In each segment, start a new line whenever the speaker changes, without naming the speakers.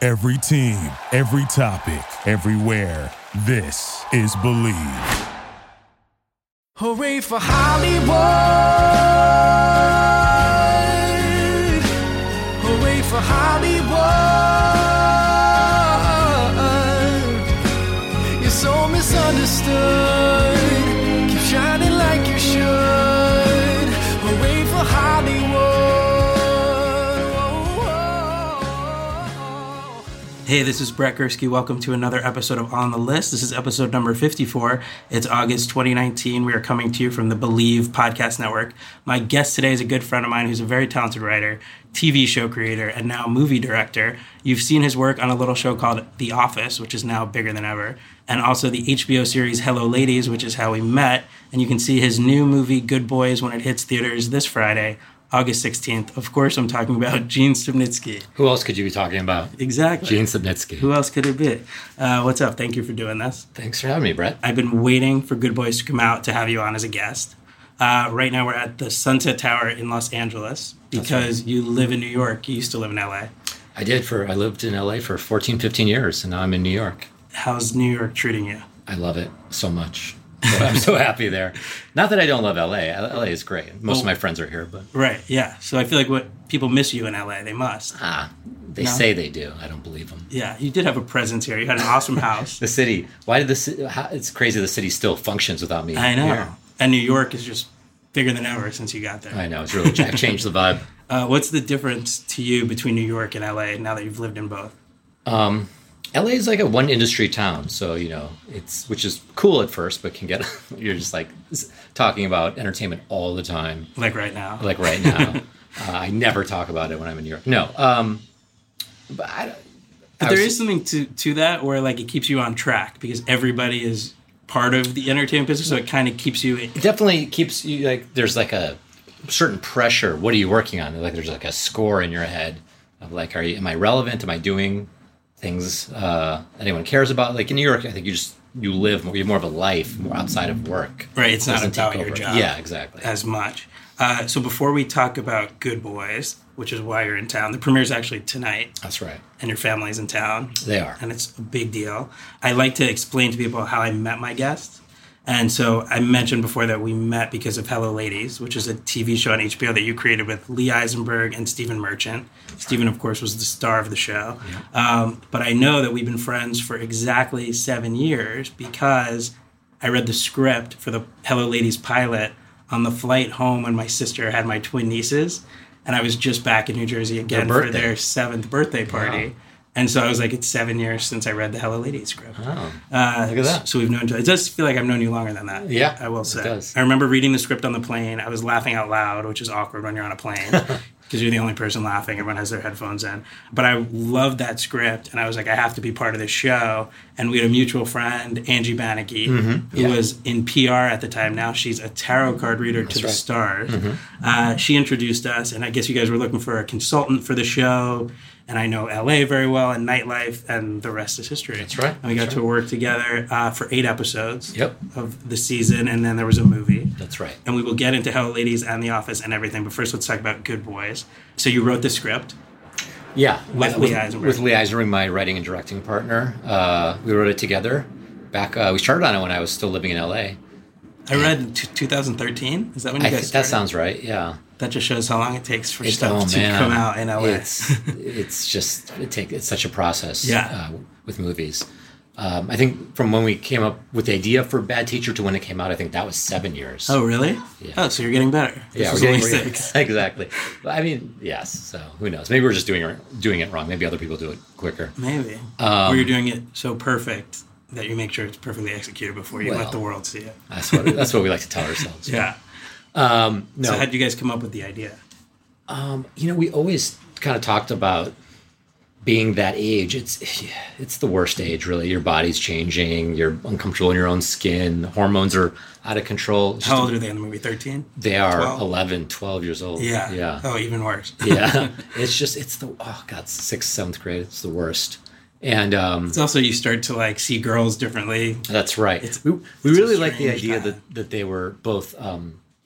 Every team, every topic, everywhere. This is Believe.
Hooray for Hollywood! Hooray for Hollywood! You're so misunderstood. Keep shining like you should. Hooray for Oh, Hollywood!
Hey, this is Brett Gursky. Welcome to another episode of On the List. This is episode number 54. It's August 2019. We are coming to you from the Believe Podcast Network. My guest today is a good friend of mine who's a very talented writer, TV show creator, and now movie director. You've seen his work on a little show called The Office, which is now bigger than ever, and also the HBO series Hello Ladies, which is how we met. And you can see his new movie, Good Boys, when it hits theaters this Friday. August 16th. Of course, I'm talking about Gene Stupnitsky.
Who else could you be talking about?
Exactly.
Gene Subnitsky.
Who else could it be? Uh, what's up? Thank you for doing this.
Thanks for having me, Brett.
I've been waiting for Good Boys to come out to have you on as a guest. Uh, right now, we're at the Sunset Tower in Los Angeles because you live in New York. You used to live in LA.
I did for, I lived in LA for 14, 15 years, and now I'm in New York.
How's New York treating you?
I love it so much. So I'm so happy there. Not that I don't love LA. LA is great. Most of my friends are here, but
Right, yeah. So I feel like what people miss you in LA, they must.
ah, they
No.
say they do. I don't believe them.
Yeah, you did have a presence here. You had an awesome house.
The city, why did the city, how, it's crazy the city still functions without me.
I know.
here.
And New York is just bigger than ever since you got there.
I know. It's really, I've changed the vibe.
Uh, what's the difference to you between New York and LA now that you've lived in both?
LA is like a one industry town, so you know it's which is cool at first, but can get you're just like s- talking about entertainment all the time.
Like right now?
like right now. uh, I never talk about it when I'm in New York. No, um, but I, don't- I
There
was-
is something to to that where like it keeps you on track because everybody is part of the entertainment business, so it kind of keeps you.
it definitely keeps you like there's like a certain pressure. What are you working on? Like there's like a score in your head of like, are you am I relevant? Am I doing things uh, anyone cares about? Like in New York, I think you just you live more, you have more of a life more outside of work.
Right, it's not
Doesn't take
about your
over.
job.
Yeah, exactly.
as much. Uh, so before we talk about Good Boys, which is why you're in town, the premiere's actually tonight,
That's right.
and your family's in town.
They are.
and it's a big deal. I like to explain to people how I met my guest. And so I mentioned before that we met because of Hello Ladies, which is a TV show on HBO that you created with Lee Eisenberg and Stephen Merchant. Stephen, of course, was the star of the show. Um, but I know that we've been friends for exactly seven years because I read the script for the Hello Ladies pilot on the flight home when my sister had my twin nieces. And I was just back in New Jersey again for
birthday.
their seventh birthday party. And so I was like, it's seven years since I read the Hello Lady script.
Oh,
Uh,
look at that.
So we've known each other. It does feel like I've known you longer than that.
Yeah,
I will
it
say.
does.
I remember reading the script on the plane. I was laughing out loud, which is awkward when you're on a plane because you're the only person laughing. Everyone has their headphones in. But I loved that script, and I was like, I have to be part of this show. And we had a mutual friend, Angie Bannicky,
Mm-hmm.
who was in PR at the time. Now she's a tarot card reader to the
right. Mm-hmm.
stars. Uh, she introduced us, and I guess you guys were looking for a consultant for the show. And I know LA very well and nightlife, and the rest is history.
That's right.
And we got to work together uh, for eight episodes
Yep.
of the season, and then there was a movie.
that's right.
And we will get into Hello Ladies and The Office and everything, but first let's talk about Good Boys. So you wrote the script.
Yeah,
With
uh,
Lee Eisenberg.
With Lee Eisenberg, my writing and directing partner, uh, we wrote it together. Back, uh, we started on it when I was still living in LA.
I read t- 2013. Is that when you
I
guys
think that
started?
sounds right. Yeah,
That just shows how long it takes for
It's-
stuff
oh,
to
man,
come out in LA.
It's it's just it take it's such a process.
Yeah.
uh, with movies, um, I think from when we came up with the idea for Bad Teacher to when it came out, I think that was seven years.
oh, really? Oh, so you're getting better. This
yeah,
was
we're getting
only
re-
six.
exactly. But, I mean, yes. So who knows? Maybe we're just doing it- doing it wrong. Maybe other people do it quicker.
Maybe. or you're doing it so perfect that you make sure it's perfectly executed before you let
Well.
the world see it.
That's what that's what we like to tell ourselves.
Yeah.
Um, No.
So how would you guys come up with the idea?
you know, we always kind of talked about being that age. It's it's the worst age, really. Your body's changing. You're uncomfortable in your own skin. Hormones are out of control. It's just-
How old are they in the movie? 13?
they are
12?
11, 12 years old.
Yeah.
yeah,
Oh, even worse.
yeah. It's just it's the oh god, sixth, seventh grade. It's the worst. And um,
It's also you start to like see girls differently.
That's right.
It's-
we we
it's a
really like the
strange
idea
time.
that, that they were both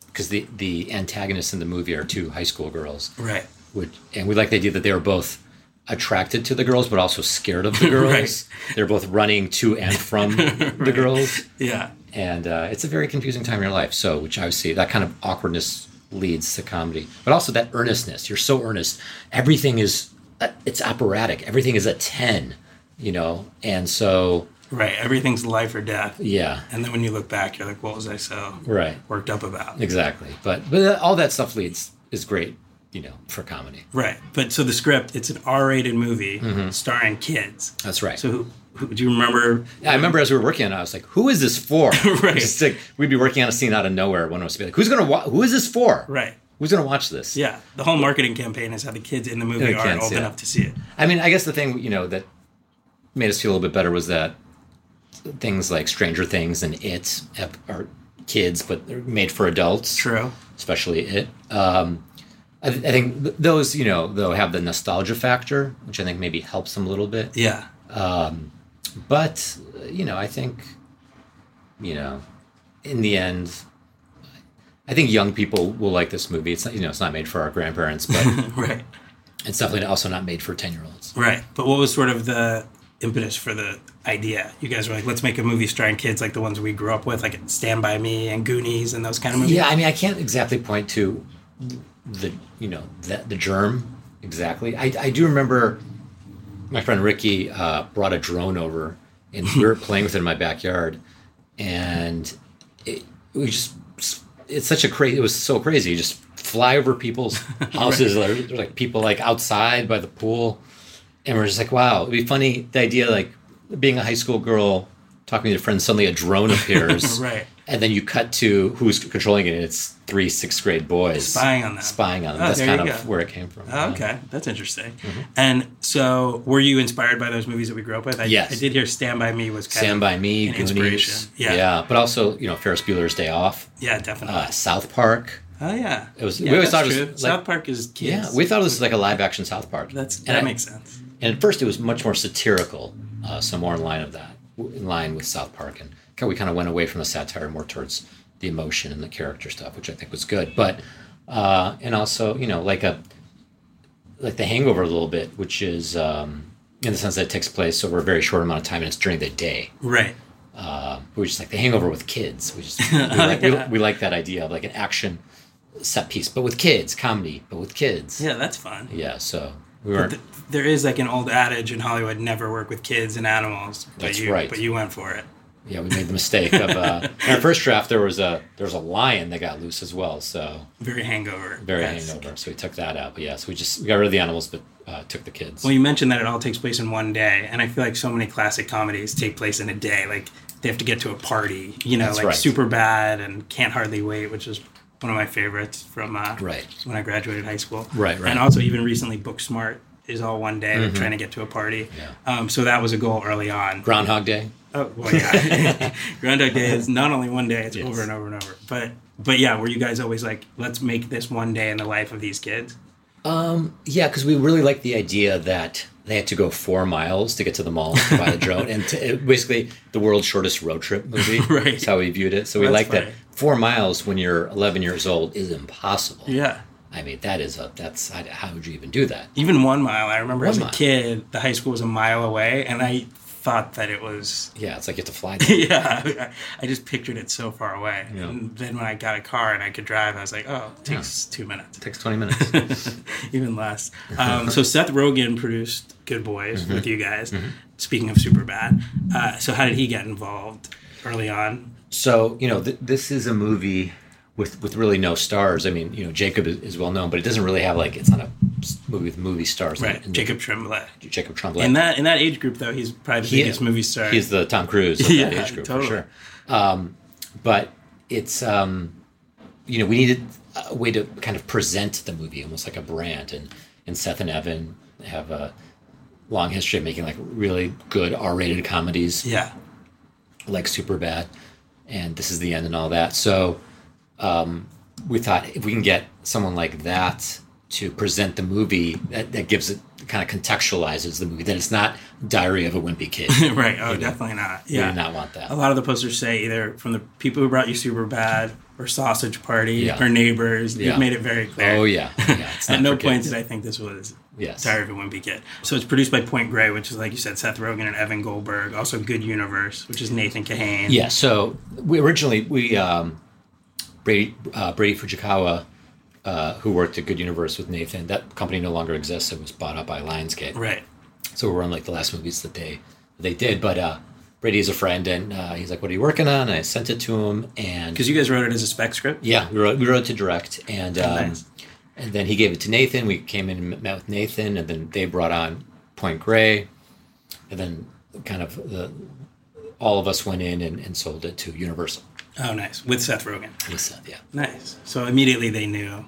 because the the antagonists in the movie are two high school girls,
Right.
Which and we like the idea that they were both attracted to the girls, but also scared of the girls. They're both running to and from the girls,
Yeah.
and uh, it's a very confusing time in your life. So, which obviously that kind of awkwardness leads to comedy, but also that earnestness. You're so earnest. Everything is uh, it's operatic. Everything is a ten, you know, and so
Right. Everything's life or death.
yeah,
And then when you look back, you're like, what was I so
right.
worked up about?
Exactly. But but all that stuff leads is great, you know, for comedy.
Right. But so the script, it's an R rated movie starring kids.
Mm-hmm. That's right.
So who, who do you remember?
I remember as we were working on it, I was like, "Who is this for?"
Right.
Just like we'd be working on a scene out of nowhere. One of us would be like, "Who's gonna wa- Who is this for?"
Right.
Who's gonna watch this?
Yeah. The whole marketing campaign is how the kids in the movie
The
are
kids,
old
yeah.
enough to see it.
I mean, I guess the thing you know that made us feel a little bit better was that things like Stranger Things and It have- are kids, but they're made for adults.
True.
especially it. Um, I, th- I think th- those you know though have the nostalgia factor, which I think maybe helps them a little bit.
Yeah.
but uh, you know i think you know in the end i think young people will like this movie it's not you know it's not made for our grandparents but
Right.
it's definitely also not made for 10 year olds
Right. But what was sort of the impetus for the idea? You guys were like, let's make a movie starring kids like the ones we grew up with, like Stand By Me and Goonies and those kind of movies.
yeah i mean i can't exactly point to the you know the, the germ exactly I, I do remember my friend ricky uh, brought a drone over and we were playing with it in my backyard and it, we just it's such a crazy it was so crazy you just fly over people's houses There- there's like people like outside by the pool and we're just like wow it'd be funny the idea like being a high school girl talking to your friends suddenly a drone appears
Right.
and then you cut to who's controlling it and it's three sixth grade boys
Spying on them.
spying on them
Oh,
that's
there
kind of
you go.
where it came from
Oh, okay, that's interesting.
Mm-hmm.
And so, were you inspired by those movies that we grew up with? I,
Yes.
I did hear Stand By Me was kind
Stand
of,
by Me,
an
Goonies,
inspiration. Yeah.
but also you know Ferris Bueller's Day Off,
Yeah, definitely.
uh, South Park.
oh yeah,
it was-
Yeah,
we
that's
always thought it was
true.
like-
South Park is kids.
Yeah, we thought it was like a live action South Park.
that's that
and I-
makes sense.
And at first, it was much more satirical, uh, so more in line of that, in line with South Park, and ki- we kind of went away from the satire more towards the emotion and the character stuff, which I think was good. But uh, and also, you know, like a like the Hangover a little bit, which is um, in the sense that it takes place over a very short amount of time, and it's during the day.
Right.
uh, we were just like the hangover with kids we just we like, we, we like that idea of like an action set piece but with kids comedy but with kids
Yeah, that's fun.
yeah so we were
Th- there is like an old adage in Hollywood: never work with kids and animals. But
That's
you,
right.
But you went for it.
yeah we made the mistake of uh in our first draft there was a there was a lion that got loose as well so
Very hangover.
very
Yes.
hangover so we took that out but yeah so we just we got rid of the animals but uh, took the kids
Well, you mentioned that it all takes place in one day, and I feel like so many classic comedies take place in a day. Like they have to get to a party, you know,
That's
like
right.
Super Bad and Can't Hardly Wait, which is one of my favorites from uh,
Right.
when I graduated high school.
Right, right.
And also even recently, Book Smart is all one day. They're trying to get to a party.
Yeah.
Um, so that was a goal early on.
groundhog day
Oh, well, yeah. Groundhog Day is not only one day; it's
Yes.
over and over and over. But but yeah, were you guys always like, let's make this one day in the life of these kids?
Yeah, because we really liked the idea that they had to go four miles to get to the mall to buy the drone, and to, it- basically the world's shortest road trip movie.
Right.
is how we viewed it. So we
That's
liked that
funny.
four miles when you're 11 years old is impossible.
Yeah.
I mean that is a that's I, how would you even do that?
even one mile. I remember as a
mile.
kid, the high school was a mile away, and I thought that it was.
Yeah, it's like you have to fly. There.
Yeah, I- I just pictured it so far away. And then when I got a car and I could drive, I was like, oh, it takes two minutes,
takes 20 minutes.
even less. Um, so Seth Rogen produced Good Boys
Mm-hmm.
with you guys. Speaking of super bad, uh, so how did he get involved early on?
so you know th- this is a movie with with really no stars. I mean you know Jacob is, is well known, but it doesn't really have like it's not a s- movie with movie stars.
Right,
And
Jacob Tremblay.
Jacob Tremblay.
In that in that age group, though, he's probably the
He-
biggest movie star.
He's the Tom Cruise of
Yeah,
that age group
totally.
for sure. Um, but it's um, you know we needed a way to kind of present the movie almost like a brand, and and Seth and Evan have a long history of making like really good R-rated comedies
yeah,
like Superbad, and This Is the End and all that. So um, we thought if we can get someone like that to present the movie, that, that gives it kind of contextualizes the movie that it's not Diary of a Wimpy Kid.
right. Oh, definitely not.
We
Yeah,
did not want that.
a lot of the posters say either from the people who brought you super bad or sausage party
Yeah.
or neighbors
Yeah.
you've made it very clear
Oh yeah, yeah. It's
at
not
no
for
point
kids.
did i think this was
Yes.
Diary of a Wimpy Kid. So it's produced by Point Grey, which is like you said, Seth Rogen and Evan Goldberg. Also, Good Universe, which is Nathan Kahane.
Yeah. So we originally we um, Brady uh, Brady Fujikawa, uh, who worked at Good Universe with Nathan, that company no longer exists. It was bought up by Lionsgate.
Right.
So we're on like the last movies that they they did. But uh, Brady's a friend, and uh, he's like, "What are you working on?" And I sent it to him, and
Because you guys wrote it as a spec script.
yeah, we wrote, we wrote to direct, and um,
Nice.
and then he gave it to Nathan. We came in and met with Nathan, and then they brought on Point Grey, and then kind of the all of us went in and, and sold it to Universal.
Oh, nice. With Seth Rogen.
He said, yeah,
Nice. So immediately they knew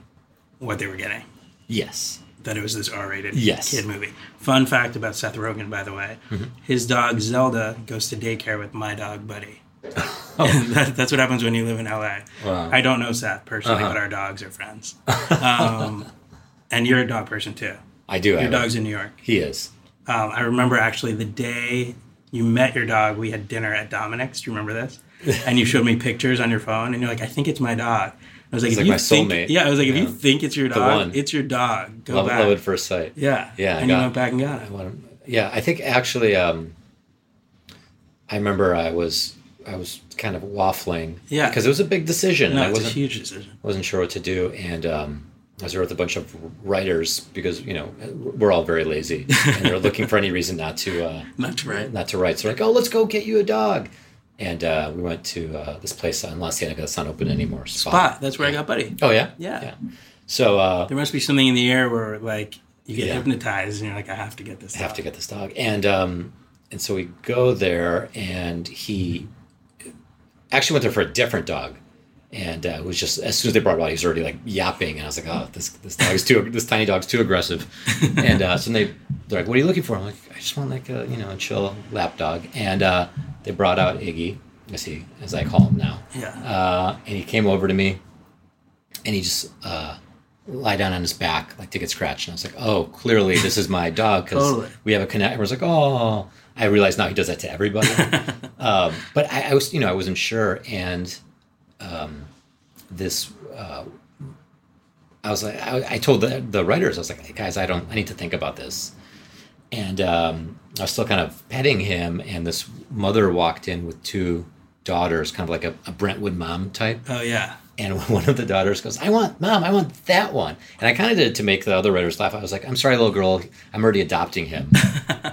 what they were getting.
yes,
that it was this R-rated
Yes. Mm-hmm.
kid movie. Fun fact about Seth Rogen, by the way, his dog Zelda goes to daycare with my dog Buddy. that, that's what happens when you live in LA.
Oh. Wow. Uh-huh.
I don't know Seth personally, but our dogs are friends. Um, and you're a dog person too.
I do.
Your
have
dog's in New York.
He is.
Um, I remember actually the day you met your dog, we had dinner at Dominic's. Do you remember this? And you showed me pictures on your phone, and you're like, "I think it's my dog." I was like,
It's
"If
like
you
my
think,
soulmate.
yeah," I was like, "If you
Yeah.
think it's your
one.
dog, it's your dog. Go
Love,
back."
love at first sight.
Oh, Yeah.
Yeah, I
And you
got-
went back and got it.
I want him- Yeah, I think actually, um, I remember I was I was kind of waffling.
Yeah.
because it was a big decision.
No,
I
it's a
wasn't
huge decision.
wasn't sure what to do, and um, I was there with a bunch of writers because you know we're all very lazy, and they're looking for any reason not to uh,
That's right.
not to write. So they're like, oh, let's go get you a dog. And uh, we went to uh, this place on La Cienega that's not open anymore.
Spot. That's where I got Buddy.
Oh yeah,
Mm. Yeah.
So uh,
There must be something in the air where like you get
Yeah.
hypnotized and you're like, I have to get this.
have
dog.
to get this dog and um and so we go there and he actually went there for a different dog and uh, it was just as soon as they brought him out he was already like yapping and i was like oh this this dog's too this tiny dog's too aggressive and uh so they they're like what are you looking for i'm like i just want like a you know a chill lap dog and uh they brought out iggy as he as i call him now
Yeah.
uh, and he came over to me and he just uh, lie down on his back like to get scratched and i was like oh clearly this is my dog because
Totally.
we have a connect everyone's like oh i realize now he does that to everybody um, but I, I was you know i wasn't sure and um, this uh, i was like i, I told the, the writers i was like guys i don't i need to think about this and um, I was still kind of petting him, and this mother walked in with two daughters, kind of like a, a Brentwood mom type.
oh yeah.
And one of the daughters goes, "I want mom, I want that one." And I kind of did it to make the other writers laugh. I was like, "I'm sorry, little girl, I'm already adopting him,"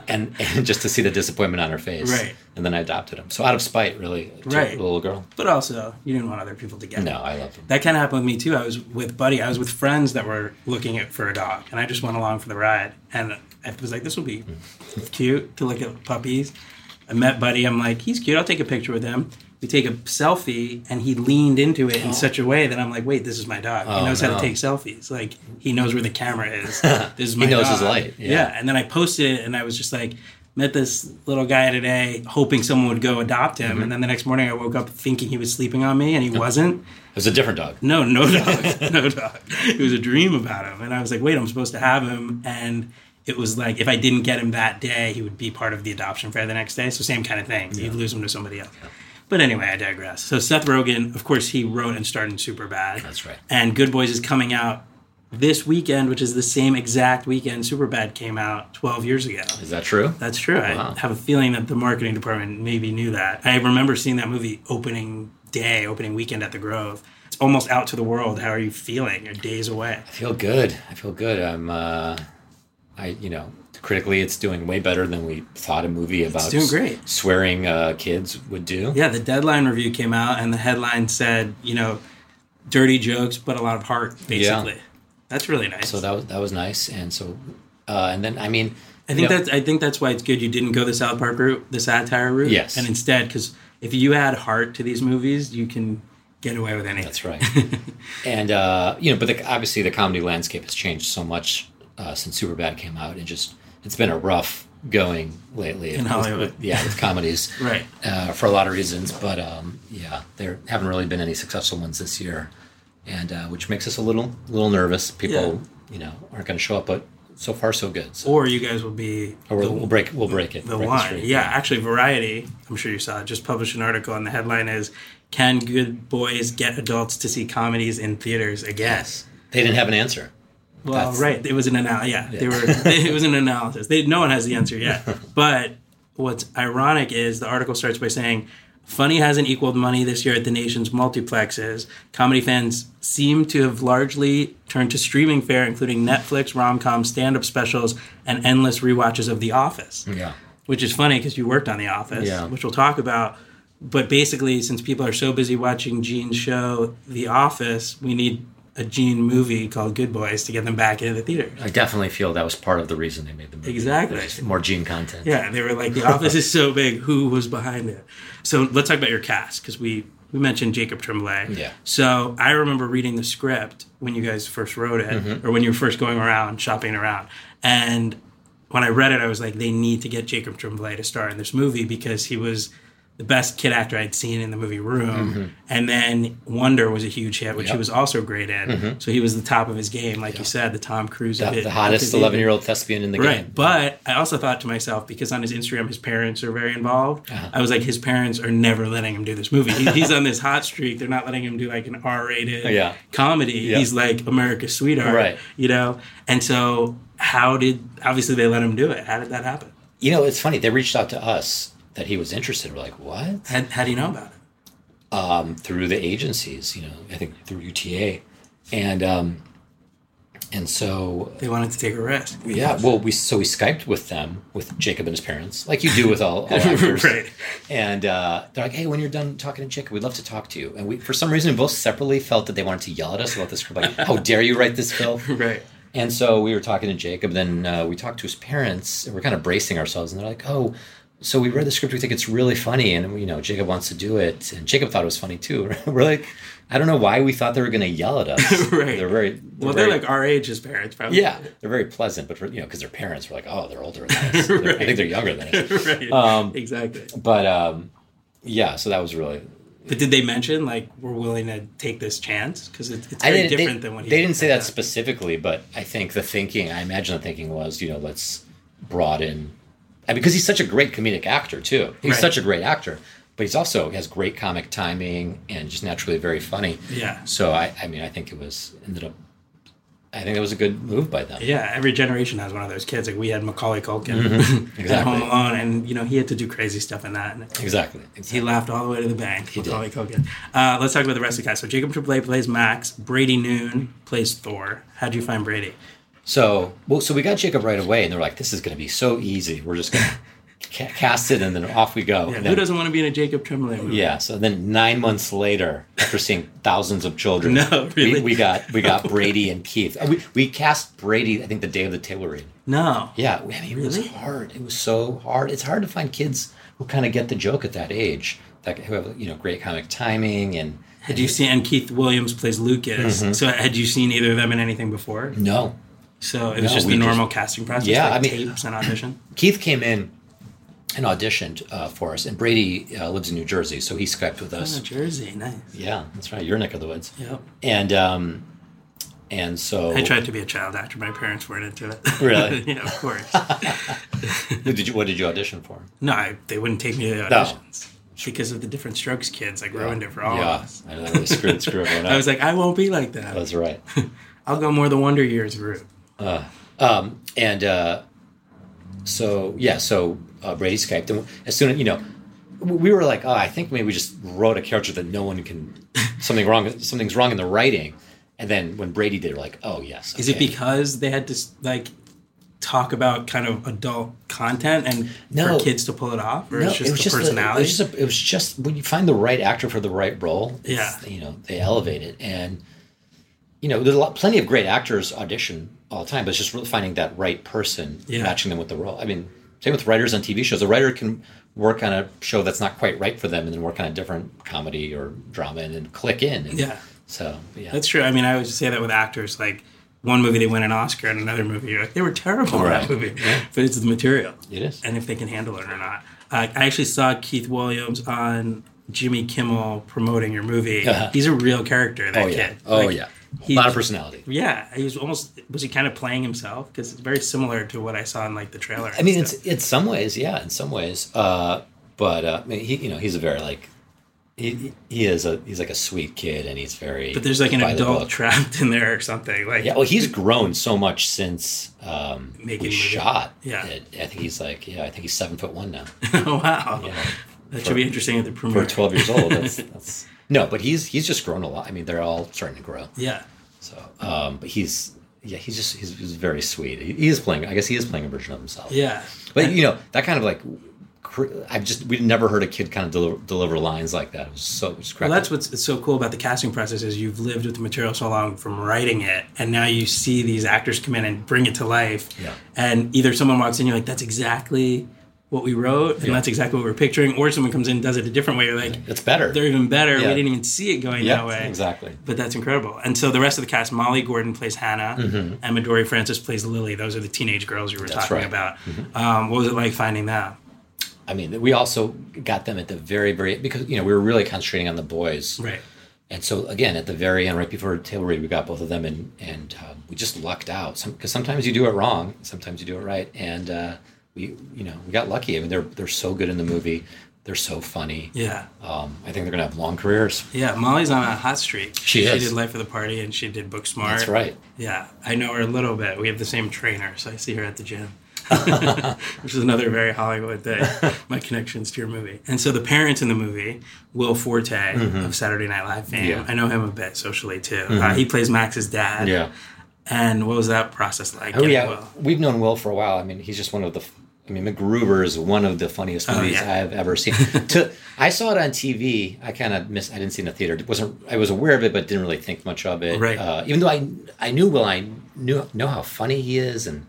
and, and just to see the disappointment on her face.
Right.
And then I adopted him, so out of spite, really, to
Right.
the little girl.
But also, you didn't want other people to get
No,
it.
I love him.
That kind of happened with me too. I was with Buddy. I was with friends that were looking at for a dog, and I just went along for the ride. And I was like, "This will be cute to look at puppies." I met Buddy. I'm like, "He's cute. I'll take a picture with him." We take a selfie, and he leaned into it in such a way that I'm like, "Wait, this is my dog. he knows how
Oh. no.
to take selfies. Like he knows where the camera is. this is my
knows his
dog."
light, yeah.
And then I posted it, and I was just like. Met this little guy today, hoping someone would go adopt
Mm-hmm.
him, and then the next morning I woke up thinking he was sleeping on me, and he wasn't.
It was a different dog.
No, no dog, no dog. It was a dream about him, and I was like, wait, I'm supposed to have him, and it was like if I didn't get him that day, he would be part of the adoption fair the next day. So same kind of thing. You'd lose him to somebody else. But anyway, I digress. So Seth Rogen, of course, he wrote and starred in Super Bad.
That's right.
And Good Boys is coming out this weekend, which is the same exact weekend Super Bad came out 12 years ago.
Is that true?
That's true.
Wow.
I have a feeling that the marketing department maybe knew that. I remember seeing that movie opening day, opening weekend at the Grove. It's almost out to the world. How are you feeling? You're days away.
I feel good. I feel good. I'm, uh, I, you know, critically, it's doing way better than we thought a movie about
doing
s-
great.
swearing uh, kids would do.
Yeah, the deadline review came out, and the headline said, you know, dirty jokes, but a lot of heart, basically. That's really nice.
So that was that was nice. And so, uh, and then I mean,
I think that's I think that's why it's good you didn't go the South Park route, the satire route.
Yes.
And instead, because if you add heart to these movies, you can get away with anything.
that's right. and uh, you know, but the, obviously the comedy landscape has changed so much uh, since Superbad came out, and just it's been a rough going lately in
Hollywood.
yeah, with comedies,
Right.
uh, for a lot of reasons. But um, yeah, there haven't really been any successful ones this year, and uh, which makes us a little little nervous. People, you know, aren't going to show up, but so far so good. So
Or you guys will be
or we'll, we'll break we'll break it.
the
break
line.
streak.
yeah, actually, Variety, I'm sure you saw it, just published an article, and the headline is Can Good Boys Get Adults to See Comedies in Theaters Again?
They didn't have an answer.
Well,
That's-
right. It was an analysis. Yeah, they were. it was an analysis. They, no one has the answer yet. but what's ironic is the article starts by saying, "Funny hasn't equaled money this year at the nation's multiplexes. Comedy fans seem to have largely turned to streaming fare, including Netflix, rom-com, stand-up specials, and endless rewatches of The Office."
Yeah.
which is funny because you worked on The Office,
Yeah.
which we'll talk about. But basically, since people are so busy watching Gene's show, The Office, we need a Gene movie called Good Boys to get them back into the theater.
I definitely feel that was part of the reason they made the movie.
Exactly.
There's more gene content.
Yeah, they were like, The Office is so big. Who was behind it? So let's talk about your cast because we we mentioned Jacob Tremblay.
Yeah.
So I remember reading the script when you guys first wrote it,
Mm-hmm.
or when you were first going around shopping around, and when I read it, I was like, they need to get Jacob Tremblay to star in this movie because he was the best kid actor I'd seen in the movie Room. And then Wonder was a huge hit, which he
Mm-hmm. Yep. Mm-hmm.
was also great in. So he was the top of his game, like you said, the Tom Cruise. of
The,
it.
the hottest 11 year old thespian in the
Right.
game.
But I also thought to myself, because on his Instagram, his parents are very involved,
Uh-huh.
I was like, his parents are never letting him do this movie. He, he's on this hot streak. They're not letting him do like an R rated
Yeah.
comedy.
Yeah.
He's like America's sweetheart,
Right.
you know? And so, how did, obviously, they let him do it. How did that happen?
You know, it's funny. They reached out to us that he was interested. We're like, what?
How, how do you know about it?
um, through the agencies, you know, I think through UTA, and um, and so
They wanted to take a risk.
yeah, well, we so we skyped with them with Jacob and his parents, like you do with all, all actors,
Right.
And uh, they're like, hey, when you're done talking to Jacob, we'd love to talk to you. And we, for some reason, both separately felt that they wanted to yell at us about this script, like, how dare you write this film?
Right.
And so we were talking to Jacob, then uh, we talked to his parents, and we're kind of bracing ourselves. And they're like, oh, so we read the script, we think it's really funny, and you know, Jacob wants to do it. And Jacob thought it was funny too. we're like, I don't know why we thought they were going to yell at us.
Right.
They're very,
well,
very-
they're like our age, his parents, probably.
yeah, they're very pleasant, but for, you know, because their parents were like, oh, they're older than us. They're- I think they're younger than us.
right. exactly.
But um, yeah, so that was really.
But did they mention, like, we're willing to take this chance? Because it's, it's
I
very
didn't. They,
different than what he
they didn't
did.
say that specifically, but I think the thinking, I imagine the thinking was, you know, let's broaden, and because he's such a great comedic actor too. He's
Right.
such a great actor, but he's also he has great comic timing and just naturally very funny.
Yeah.
So I, I mean, I think it was ended up. I think that was a good move by them.
Yeah, every generation has one of those kids. Like we had Macaulay Culkin at
Mm-hmm. exactly.
Home Alone, and you know he had to do crazy stuff in that. And
Exactly.
he
exactly.
laughed all the way to the bank. Macaulay Culkin. Uh, let's talk about the rest of the cast. So Jacob Tremblay plays Max. Brady Noon plays Thor. How'd you find Brady?
So well, so we got Jacob right away, and they're like, "This is going to be so easy. We're just going to ca- cast it, and then off we go."
Yeah,
And
who
then-
doesn't want to be in a Jacob Tremblay movie?
Yeah. So then nine months later, after seeing thousands of children,
No, really?
we, we got we got Brady and Keith. Uh, We, we cast Brady, I think, the day of the table read.
No.
Yeah, I mean, it was
Really?
hard. It was so hard. It's hard to find kids who kind of get the joke at that age, that who have you know great comic timing and
Had you seen and Keith Williams plays Lucas?
Mm-hmm.
So had you seen either of them in anything before?
no.
So it was
No,
just
we
the
just-
normal casting process.
Yeah,
like
I mean-
tapes and audition.
Keith came in and auditioned uh, for us, and Brady uh, lives in New Jersey, so he skyped with us.
Oh, Jersey, nice.
Yeah, that's right. Your neck of the woods.
Yep.
And um, and so
I tried to be a child actor. My parents weren't into it.
Really?
yeah, of course.
Who did you? What did you audition for?
No, I, they wouldn't take me to the
No.
auditions because of the different strokes kids. Like ruined it for all
yeah,
of us.
I know that was screwed, screwed everyone up.
Oh, I was like, I won't be like that.
That's right.
I'll go more the Wonder Years route.
Um, and uh, so yeah, so uh, Brady skyped, and as soon as you know, we were like, oh, I think maybe we just wrote a character that no one can. Something wrong. Something's wrong in the writing. And then when Brady did, it, we're like, oh yes.
Is it
okay.
because they had to like talk about kind of adult content and
No.
for kids to pull it off, or
No,
it's just the
the-
personality?
it, was just a- it was just when you find the right actor for the right role, it's-
Yeah.
you know, they elevate it. And, you know, there's a lot, plenty of great actors audition all the time, but it's just really finding that right person,
Yeah.
matching them with the role. I mean, same with writers on TV shows. A writer can work on a show that's not quite right for them and then work on a different comedy or drama and then click in. And
Yeah.
So, yeah.
That's true. I mean, I always say that with actors. Like one movie they win an Oscar, and another movie you're like they were terrible in that
Right.
movie, but it's the material.
it is.
and if they can handle it or not. Uh, I actually saw Keith Williams on Jimmy Kimmel promoting your movie.
Uh-huh.
He's a real character. That
oh, yeah.
kid.
Oh,
Like,
yeah. A
he-
lot of personality.
Yeah, he was almost was he kind of playing himself because it's very similar to what I saw in like the trailer.
I mean, it's in some ways, yeah, in some ways. Uh, but uh, I mean, he, you know, he's a very like he, he is a he's like a sweet kid, and he's very.
But there's like an
by the
adult
book.
trapped in there or something. Like
Yeah, Oh, well, he's grown so much since um,
Making
we
the-
shot.
yeah.
it. I think he's like, yeah, I think he's seven foot one now.
oh wow,
You know,
that should be interesting at the
for
premiere.
twelve years old, that's, that's no, but he's he's just grown a lot. I mean, they're all starting to grow.
Yeah,
So, um, but he's yeah, he's just he's, he's very sweet. He, he is playing. I guess he is playing a version of himself.
yeah,
But you know that kind of like, cr- I've just we never heard a kid kind of deliver, deliver lines like that. It was so it was
Well, that's what's it's so cool about the casting process is you've lived with the material so long from writing it, and now you see these actors come in and bring it to life.
Yeah.
And either someone walks in, you're like, "That's exactly what we wrote, and that's exactly what we we're picturing," or someone comes in and does it a different way. You're like,
it's better.
"They're even better.
Yeah.
We didn't even see it going that way."
exactly.
But that's incredible. And so the rest of the cast, Molly Gordon plays Hannah, and Midori Francis plays Lily. Those are the teenage girls you were talking
Mm-hmm. right. Mm-hmm.
about. Um, what was it like finding that?
I mean, we also got them at the very very because you know we were really concentrating on the boys.
Right.
And so again, at the very end, right before table read, we got both of them, and and uh, we just lucked out. Because sometimes you do it wrong, sometimes you do it right, and uh, we you know we got lucky. I mean, they're they're so good in the movie, they're so funny.
Yeah.
Um, I think they're gonna have long careers.
Yeah, Molly's on a hot streak.
She is.
did Life of the Party and she did Book Smart.
That's right.
Yeah, I know her a little bit. We have the same trainer, so I see her at the gym, which is another very Hollywood thing. My connections to your movie. And so the parents in the movie, Will Forte of Saturday Night Live fame,
Mm-hmm. Yeah. Mm-hmm.
I know him a bit socially too. Uh, he plays Max's dad. And what was that process like?
Oh
getting
yeah,
Will?
we've known Will for a while. I mean, he's just one of the. I mean, MacGruber is one of the funniest movies
Oh, yeah.
I've ever seen. to, I saw it on TV. I kind of missed. I didn't see it in the theater. It wasn't I was aware of it, but didn't really think much of it.
Right.
Uh, even though I I knew Will, I knew know how funny he is, and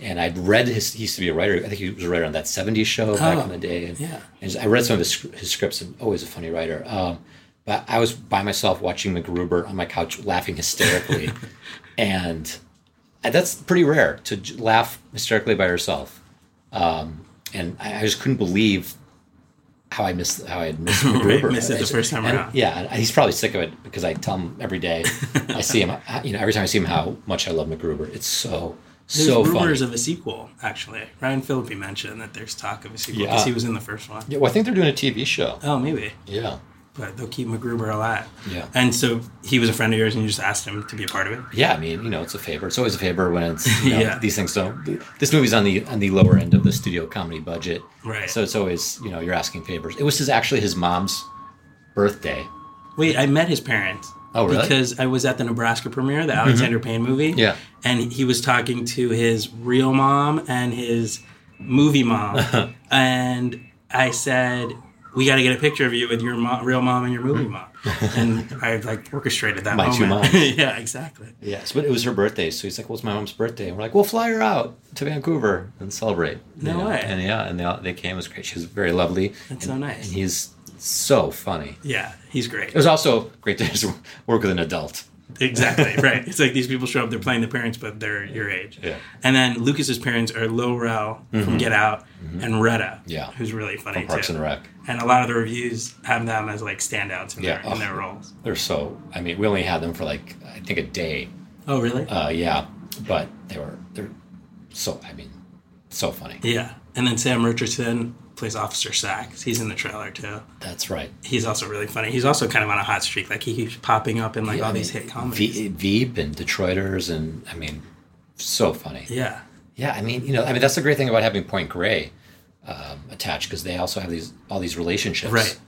and I'd read his. He used to be a writer. I think he was a writer on that '70s show back
Oh,
in the day. And,
yeah.
and I read some of his, sc- his scripts, and always a funny writer. Um, but I was by myself watching MacGruber on my couch, laughing hysterically, and and that's pretty rare to j- laugh hysterically by yourself. Um, and I, I just couldn't believe how I missed how I had missed
Right,
Gruber.
missed it the first time
And,
around.
Yeah, and he's probably sick of it because I tell him every day. I see him, you know, every time I see him, how much I love MacGruber. It's so
There's
so funny.
rumors of a sequel, actually. Ryan Phillippe mentioned that there's talk of a sequel
Yeah.
because he was in the first one.
yeah, well, I think they're doing a TV show.
Oh, maybe.
Yeah,
but they'll keep MacGruber alive.
Yeah.
And so he was a friend of yours, and you just asked him to be a part of it.
yeah. I mean, you know, it's a favor. It's always a favor when it's you know,
Yeah.
these things don't. This movie's on the on the lower end of the studio comedy budget,
Right.
So it's always you know you're asking favors. It was his actually his mom's birthday.
Wait, I met his parents.
Oh, really? Mm-hmm.
Because I was at the Nebraska premiere, the Alexander Payne movie.
Yeah.
And he was talking to his real mom and his movie mom, and I said. We got to get a picture of you with your mo- real mom and your movie mom, and I like orchestrated that.
My two
moment.
moms.
yeah, exactly.
Yes, but it was her birthday, so he's like, "Well, it's my mom's birthday." And we're like, "We'll fly her out to Vancouver and celebrate."
No
You know,
way.
And yeah, and they, all- they came. It was great. She was very lovely.
That's
and,
so nice.
And he's so funny.
Yeah, he's great.
It was also great to just work with an adult.
Exactly right. It's like these people show up; they're playing the parents, but they're your age.
Yeah. Mm-hmm.
And then Lucas's parents are Lorel from Get Out and Retta,
Yeah.
who's really funny
Parks
too.
and Rec.
And a lot of the reviews have them as like standouts in,
Yeah. Oh.
their, in their roles.
They're so. I mean, we only had them for like I think a day.
Oh, really?
Uh, yeah, but they were they're so. I mean, so funny.
yeah. And then Sam Richardson plays Officer Sachs. He's in the trailer too.
That's right.
He's also really funny. He's also kind of on a hot streak. Like he keeps popping up in like
Yeah,
all
I
these
mean,
hit comedies.
V- Veep and Detroiters, and I mean, so funny.
yeah.
Yeah, I mean, you know, I mean, that's the great thing about having Point Grey um, attached because they also have these all these relationships.
Right.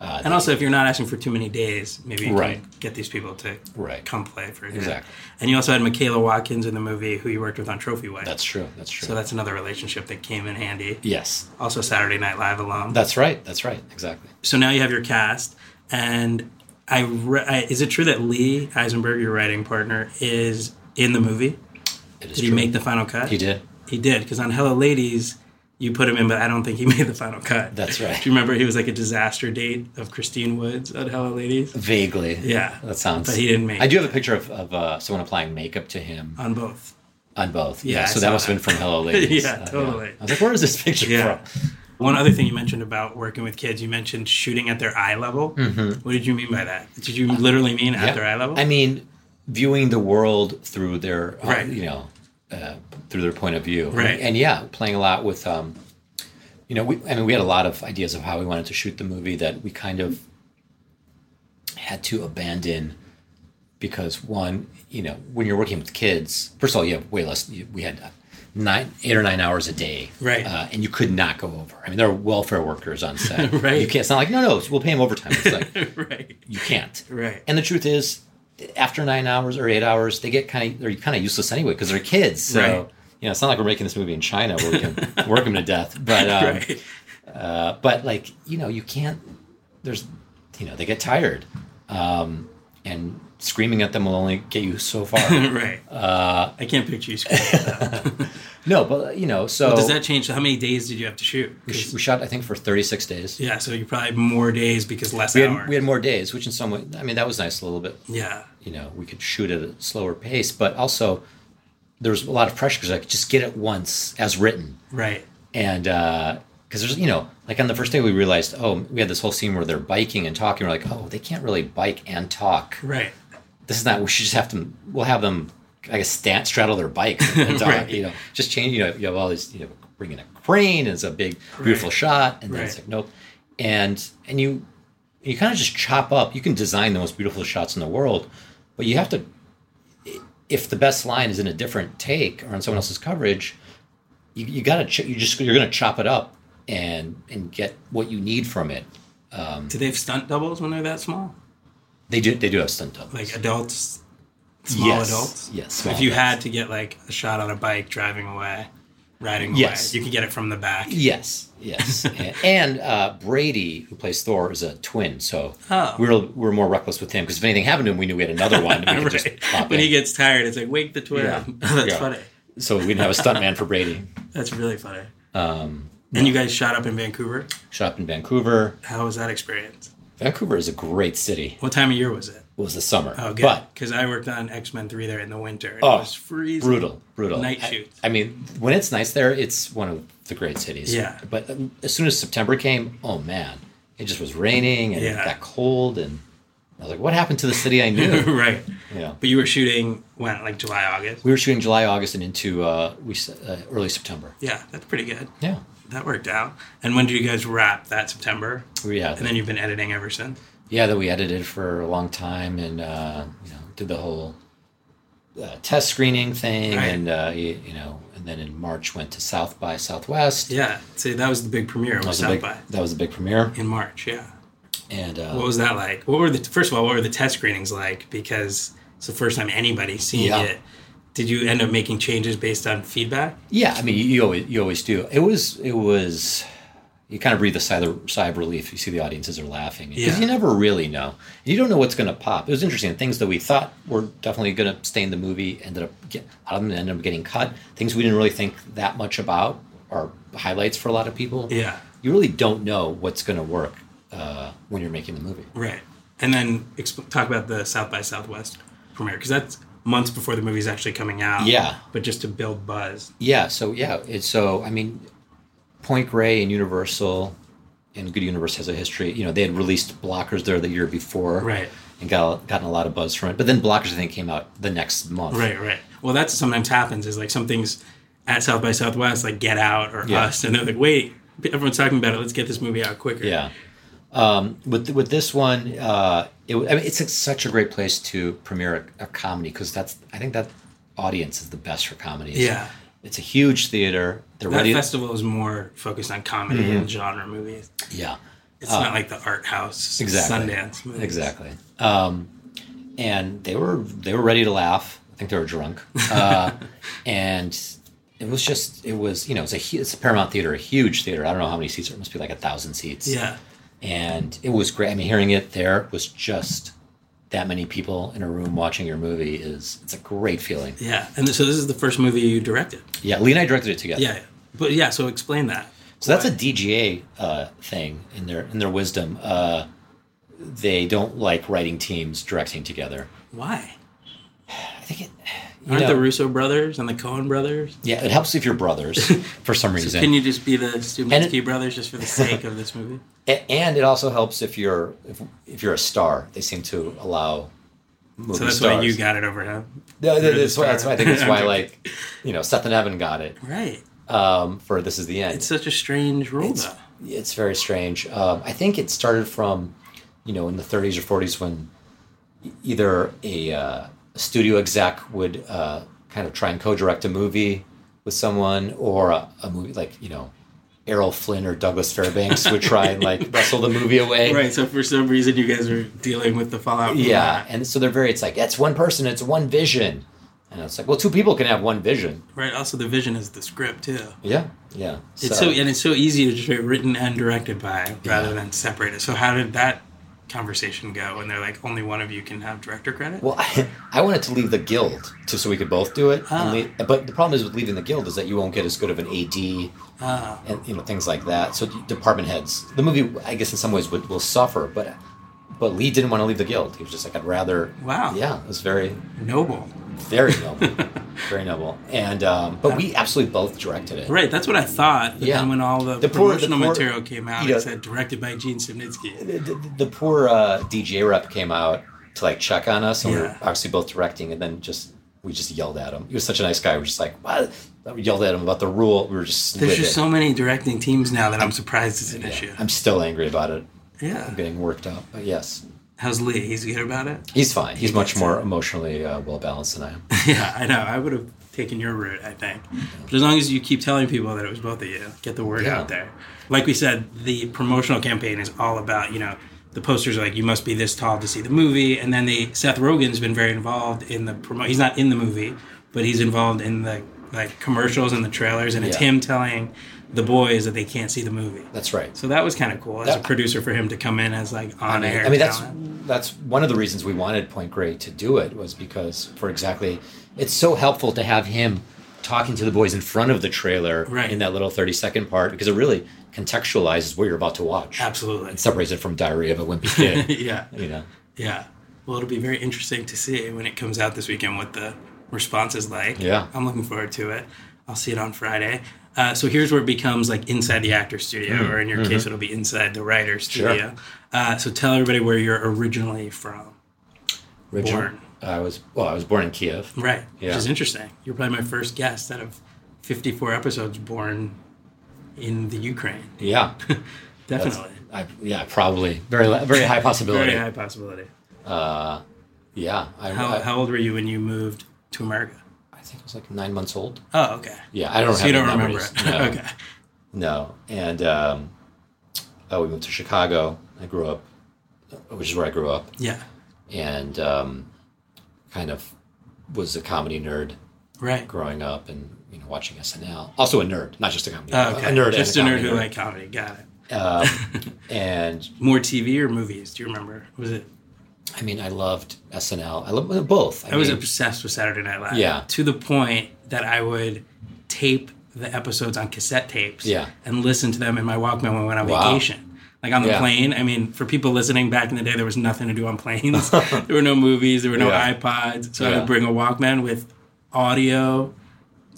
and also, if you're not asking for too many days, maybe you
Uh, Right.
can get these people to
Right.
come play for you.
Exactly.
And you also had Michaela Watkins in the movie, who you worked with on Trophy Wife.
That's true. That's true.
so that's another relationship that came in handy.
yes,
Also, Saturday Night Live alum.
that's right. That's right. Exactly.
so now you have your cast, and I, re- I is it true that Lee Eisenberg, your writing partner, is in the movie?
It is
Did he
true.
make the final cut?
He did.
He did because on Hello Ladies, you put him in, but I don't think he made the final cut.
That's right.
Do you remember he was like a disaster date of Christine Woods on Hello Ladies?
Vaguely.
Yeah.
That sounds.
But he didn't make
I do
it.
have a picture of, of uh, someone applying makeup to him
on both.
on both. Yeah.
Yeah, I
so
saw
that must have
that.
been from Hello Ladies. Uh,
Yeah, totally.
I was like, where is this picture
Yeah.
from?
One other thing you mentioned about working with kids, you mentioned shooting at their eye level. What did you mean by that? Did you literally mean at
Mm-hmm. Yeah.
their eye level?
I mean, viewing the world through their, uh,
Right.
you know, uh, through their point of view.
Right.
And, and yeah, playing a lot with, um, you know, we, I mean, we had a lot of ideas of how we wanted to shoot the movie that we kind of had to abandon because one, you know, when you're working with kids, first of all, you have way less. you- We had nine, eight or nine hours a day,
Right.
Uh, and you could not go over. I mean, there are welfare workers on set,
Right.
You can't. It's not like no, no, we'll pay them overtime. It's like
right.
you can't.
Right.
And the truth is, after nine hours or eight hours, they get kind of they're kind of useless anyway because they're kids. So
Right.
you know, it's not like we're making this movie in China where we can work them to death. But um,
right.
uh, but like you know, you can't. There's you know they get tired, um, and screaming at them will only get you so far.
Right. Uh, I can't picture you. screaming.
no, but you know, so
Does that change? How many days did you have to shoot?
we
'Cause-
sh- we shot I think for 36 days.
Yeah, so you probably more days because less
We
hours.
had, we had more days, which in some way, I mean, that was nice a little bit.
yeah,
you know we could shoot at a slower pace but also there was a lot of pressure because like just get it once as written
right.
and because there's you know like on the first day we realized oh we had this whole scene where they're biking and talking we're like oh they can't really bike and talk
Right.
this is not we should just have them we'll have them i guess stand, straddle their bikes and talk
Right.
you know just change you know you have all these you know bringing a crane and it's a big beautiful
Right.
shot and then it's
Right.
like nope and and you you kind of just chop up you can design the most beautiful shots in the world but you have to if the best line is in a different take or on someone else's coverage you, you gotta ch- you just you're gonna chop it up and and get what you need from it
Do they have stunt doubles when they're that small?
they do they do have stunt doubles
Like adults, small
Yes.
adults?
Yes,
So if
small
you
adults.
had to get like a shot on a bike driving away, riding
Yes.
away, you could get it from the back.
Yes, yes, and, and uh, Brady, who plays Thor, is a twin, so
Oh.
we were we were more reckless with him because if anything happened to him, we knew we had another one. And we could just
Right.
pop
When
in.
he gets tired, it's like, wake the twin.
Yeah.
That's
Yeah.
funny.
so we didn't have a stuntman for Brady.
That's really funny. Um, and you guys shot up in Vancouver.
Shot up in Vancouver.
How was that experience?
Vancouver is a great city.
What time of year was it?
It was the summer,
Oh, good.
but
Because I worked on X Men 3 there in the winter. and
Oh,
it was freezing.
brutal, brutal.
Night
I-
shoots.
I, mean, when it's nice there, it's one of the great cities.
Yeah.
But um, as soon as September came, oh man, it just was raining and
Yeah.
it got cold, and I was like, what happened to the city I knew?
right.
yeah.
But you were shooting when, like July, August?
we were shooting July, August, and into uh, we s- uh, early September.
Yeah, that's pretty good.
Yeah,
That worked out. And when did you guys wrap that September?
we, yeah,
And then you've been editing ever since.
yeah. That we edited for a long time, and uh, you know, did the whole uh, test screening thing,
Right.
and uh, you, you know, and then in March went to South by Southwest.
Yeah. See, that was the big premiere. Was
that was a
South
big
by
that was a big premiere,
in March. Yeah.
and uh,
What was that like? What were the first of all? What were the test screenings like? Because it's the first time anybody's seeing
Yeah.
it. Did you end up making changes based on feedback?
yeah, I mean, you, you always you always do. It was it was. You kind of breathe a sigh of, sigh of relief. You see the audiences are laughing because
Yeah.
you never really know. You don't know what's going to pop. It was interesting. Things that we thought were definitely going to stay in the movie ended up get, a lot of them ended up getting cut. Things we didn't really think that much about are highlights for a lot of people.
Yeah.
you really don't know what's going to work uh, when you're making the movie.
Right. And then exp- talk about the South by Southwest premiere because that's months before the movie's actually coming out.
Yeah.
But just to build buzz.
Yeah. So yeah. It's so I mean, Point Grey and Universal, and Good Universe has a history. You know, they had released Blockers there the year before,
Right.
And got gotten a lot of buzz from it. But then Blockers I think came out the next month,
Right, right. Well, that's sometimes happens is like something's at South by Southwest, like Get Out or
Yeah.
Us, and they're like, wait, everyone's talking about it. Let's get this movie out quicker.
Yeah. Um, with with this one, uh, it, I mean, it's such a great place to premiere a, a comedy because that's I think that audience is the best for comedies.
Yeah.
It's a huge theater. They're
That
ready.
festival is more focused on comedy
Mm-hmm.
and genre movies.
yeah.
It's not like the art house
Uh, Exactly.
Sundance movies.
Exactly. Um, and they were they were ready to laugh. I think they were drunk. Uh, and it was just it was you know it's a hu- it's a Paramount Theater, a huge theater. I don't know how many seats. It must be like a thousand seats.
Yeah.
And it was great. I mean, hearing it there was just that many people in a room watching your movie is it's a great feeling.
Yeah. And so this is the first movie you directed.
Yeah, Lee and I directed it together.
Yeah. But yeah, so explain that.
So that's a DGA uh, thing in their in their wisdom. Uh, they don't like writing teams directing together.
Why?
I think it. you
Aren't
know-
the Russo brothers and the Cohen brothers?
Yeah, it helps if you're brothers for some reason.
Can you just be the
And it-
Stubinsky brothers just for the sake of this movie?
A- and it also helps if you're if, if you're a star. They seem to allow movie
So that's
stars.
why you got it over him.
No, that-
the
that's, why, that's why I think that's
star.
why like you know Seth and Evan got it
Right.
um, for This Is the End.
It's such a strange rule,
it's,
though.
it's very strange. Um, I think it started from, you know, in the 30s or 40s when either a uh, studio exec would uh, kind of try and co-direct a movie with someone, or a, a movie like you know Errol Flynn or Douglas Fairbanks would try and like wrestle the movie away.
Right. So for some reason, you guys are dealing with the fallout. from
Yeah,
that.
and so they're very. It's like it's one person, it's one vision, and it's like well, two people can have one vision.
Right. Also, the vision is the script too.
Yeah, yeah.
It's so, and it's so easy to just write written and directed by rather than separate it. So how did that conversation go? When they're like, only one of you can have director credit.
Well, I, wanted to leave the guild to, so we could both do it.
Ah.
And lea- but the problem is with leaving the guild is that you won't get as good of an AD
Ah.
and you know things like that. So d- department heads, the movie, I guess in some ways would, will suffer. But but Lee didn't want to leave the guild. He was just like, I'd rather.
Wow.
Yeah, it was very
Noble.
very noble, very noble. And um, but
Ah.
we absolutely both directed it.
Right. That's what I thought. But
Yeah.
then when all the,
The poor- the
promotional
poor-
material came out,
you know-
it said directed by Gene Simnitsky.
The, the- the poor uh, DJ rep came out to like check on us, and we were
Yeah.
obviously both directing, and then just we just yelled at him. He was such a nice guy. We were just like, what? We yelled at him about the rule. We were just.
There's
livid.
just so many directing teams now that I'm surprised it's an issue.
Yeah. I'm still angry about it.
Yeah.
I'm getting worked up. But yes,
How's Lee? He's good about it.
he's fine. He's much
gets
more emotionally uh, well balanced than I am.
Yeah, I know. I would have taken your route, I think. But as long as you keep telling people that it was both of you, get the word
Yeah.
out there. Like we said, the promotional campaign is all about, you know, the posters are like you must be this tall to see the movie, and then the Seth Rogen's been very involved in the promo. He's not in the movie, but he's involved in the like commercials and the trailers, and it's
Yeah.
him telling the boys that they can't see the movie.
That's right.
So that was kind of cool as a
That-
producer for him to come in as like on air.
I mean, that's
talent.
that's one of the reasons we wanted Point Grey to do it was because for exactly, it's so helpful to have him talking to the boys in front of the trailer
Right.
in that little thirty second part because it really contextualizes what you're about to watch.
absolutely.
It separates it from Diary of a Wimpy Kid.
yeah.
you know,
Yeah. Well, it'll be very interesting to see when it comes out this weekend what the response is like.
Yeah.
I'm looking forward to it. I'll see it on Friday. Uh, so here's where it becomes like inside the actor studio,
Hmm.
or in your
Mm-hmm.
case, it'll be inside the writer studio. Uh, so tell everybody where you're originally from.
Richard.
Born.
I was well. I was born in Kiev.
Right. Which
Yeah.
is interesting. You're probably my first guest out of 54 episodes born in the Ukraine.
Yeah, That's-
Definitely.
I, yeah, probably very li- very high possibility.
Very high possibility.
Yeah, I,
How,
I,
how old were you when you moved to America?
I think I was like nine months old.
Oh, okay.
Yeah, I don't.
So
have
you
the
don't remember
memories.
it.
No.
okay.
No, and um, uh, we moved to Chicago. I grew up, which is where I grew up,
Yeah.
and um, kind of was a comedy nerd
Right.
growing up, and you know watching SNL. Also a nerd, not just a comedy.
Oh,
nerd,
okay.
A nerd,
Just a
and
nerd
comedy
who liked comedy. Got it.
Um, and
More TV or movies? Do you remember? Was it?
I mean, I loved SNL. I loved both.
I was
mean,
obsessed with Saturday Night Live.
Yeah.
To the point that I would tape the episodes on cassette tapes.
Yeah.
And listen to them in my Walkman when I went on
Wow.
vacation. Like on the
Yeah.
plane. I mean, for people listening back in the day, there was nothing to do on planes. there were no movies. There were no
Yeah.
iPods. So I
Yeah.
would bring a Walkman with audio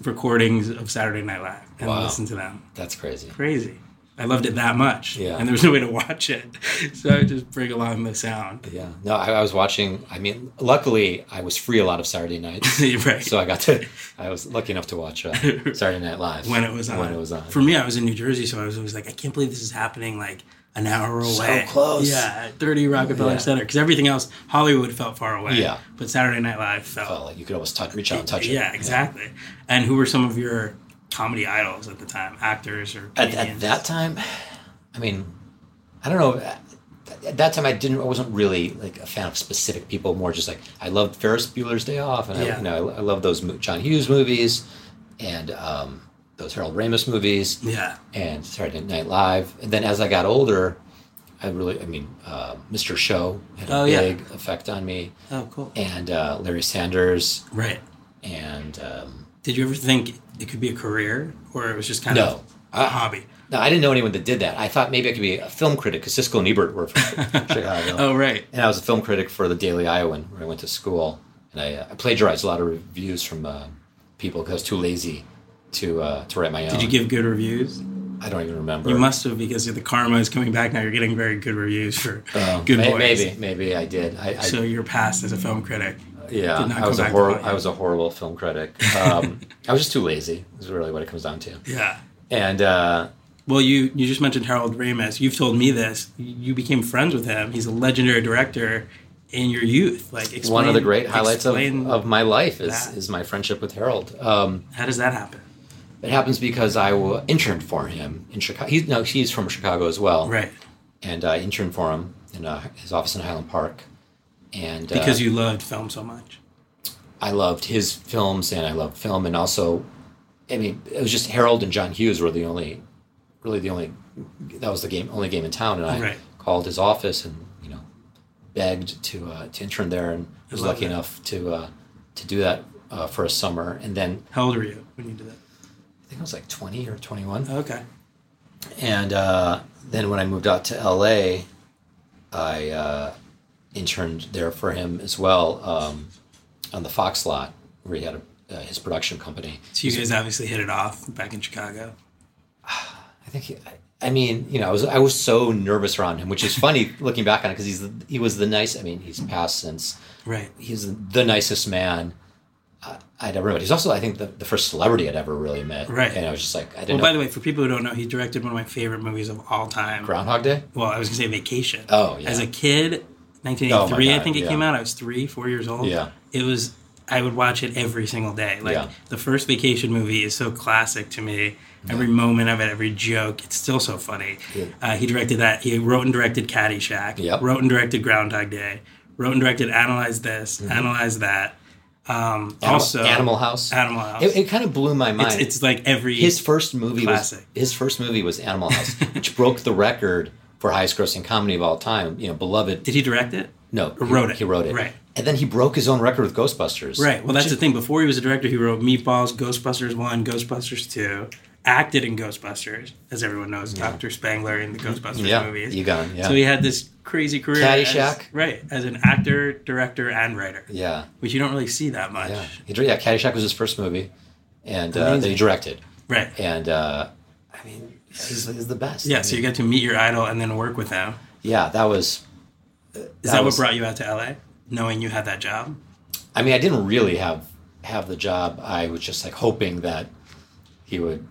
recordings of Saturday Night Live and
Wow.
listen to them.
that's crazy.
crazy. I loved it that much.
Yeah.
And there was no way to watch it. So I would just bring along the sound.
Yeah. No, I, I was watching. I mean, luckily, I was free a lot of Saturday nights.
right.
So I got to, I was lucky enough to watch uh, Saturday Night Live
when it was on.
When it was on.
For me, I was in New Jersey, so I was always like, I can't believe this is happening like an hour away.
close.
Yeah, at 30 Rockefeller
Yeah.
Center. Because everything else, Hollywood felt far away.
Yeah.
But Saturday Night Live felt.
Oh, like you could almost touch, reach out and touch it.
yeah, exactly. And who were some of your comedy idols at the time? Actors or
At, at
comedians?
that time, I mean, I don't know. At- At that time, I didn't. I wasn't really like a fan of specific people. More just like I loved Ferris Bueller's Day Off, and I,
Yeah.
you know, I, I love those mo- John Hughes movies, and um, those Harold Ramis movies.
Yeah.
and Saturday Night Live. And then as I got older, I really, I mean, uh, Mr. Show had a
Oh, yeah.
big effect on me,
Oh, cool.
and uh, Larry Sanders,
Right.
and um,
Did you ever think it could be a career or it was just kind
no.
of a
I,
hobby?
no, I didn't know anyone that did that. I thought maybe I could be a film critic because Siskel and Ebert were from Chicago.
Oh, right.
And I was a film critic for the Daily Iowan, where I went to school, and I, uh, I plagiarized a lot of reviews from uh, people because I was too lazy to uh, to write my own.
Did you give good reviews?
I don't even remember.
You must have because the karma is coming back now. You're getting very good reviews for good
Oh, May-
boys.
Maybe, maybe I did. I, I,
So your past as a film critic.
Yeah,
did not
I was
come
a
back to
horrible.
haunt you.
I was a horrible film critic. Um, I was just too lazy. Is really what it comes down to.
Yeah.
And uh,
Well, you you just mentioned Harold Ramis. You've told me this. You became friends with him. He's a legendary director in your youth. Like explain,
One of the great highlights of,
explain
of my life is,
that.
is my friendship with Harold. Um,
how does that happen?
it happens because I wa- interned for him in Chicago. He's, no, he's from Chicago as well.
Right,
And I interned for him in uh, his office in Highland Park. And uh,
because you loved film so much.
I loved his films and I loved film and also I mean it was just Harold and John Hughes were the only really the only that was the game only game in town and I
Right.
called his office and you know begged to uh, to intern there and was
love
lucky
that.
enough to uh, to do that uh, for a summer and then
How old were you when you did that?
I think I was like 20 or 21
Okay,
and uh, then when I moved out to LA, I uh, interned there for him as well um, on the Fox lot where he had a, uh, his production company.
so you guys obviously hit it off back in Chicago.
I think, he, I mean, you know, I was I was so nervous around him, which is funny looking back on it because he's the, he was the nice. I mean, he's passed since.
Right,
He's the nicest man. I- I'd ever met. He's also, I think, the, the first celebrity I'd ever really met.
Right.
And I was just like, I
Well,
didn't
by
know.
the way, for people who don't know, he directed one of my favorite movies of all time.
Groundhog Day?
Well, I was gonna say Vacation.
Oh, yeah.
As a kid,
Oh,
1983,
my
I
God,
think it
yeah.
came out. I was three, four years old.
Yeah.
It was. I would watch it every single day. Like
Yeah.
the first Vacation movie is so classic to me. Every moment of it, every joke, it's still so funny. Uh, he directed that. He wrote and directed Caddyshack.
Yep.
Wrote and directed Groundhog Day. Wrote and directed Analyze This, Analyze That. Um,
Mm-hmm. Animal-
also,
Animal House.
Animal House.
It, it kind of blew my mind.
it's, it's like every
his first movie
Classic.
was his first movie was Animal House, which broke the record for highest grossing comedy of all time. You know, beloved.
Did he direct it?
No,
Or wrote it.
He wrote it.
Right.
And then he broke his own record with Ghostbusters.
Right. Well, that's the thing. Before he was a director, he wrote Meatballs, Ghostbusters 1, Ghostbusters 2, acted in Ghostbusters, as everyone knows, Dr. Spangler in the Ghostbusters
Yeah,
movies.
you got him, yeah.
So he had this crazy career.
Caddyshack.
As, right. As an actor, director, and writer,
Yeah.
which you don't really see that much.
Yeah. He, dir- yeah. Caddyshack was his first movie, and uh, that he directed.
Right.
And uh, I mean, he's, he's the best.
Yeah. So you got to meet your idol and then work with him.
Yeah. That was.
Is that,
was-
what brought you out to LA? Knowing you had that job?
I mean, I didn't really have have the job. I was just like hoping that he would.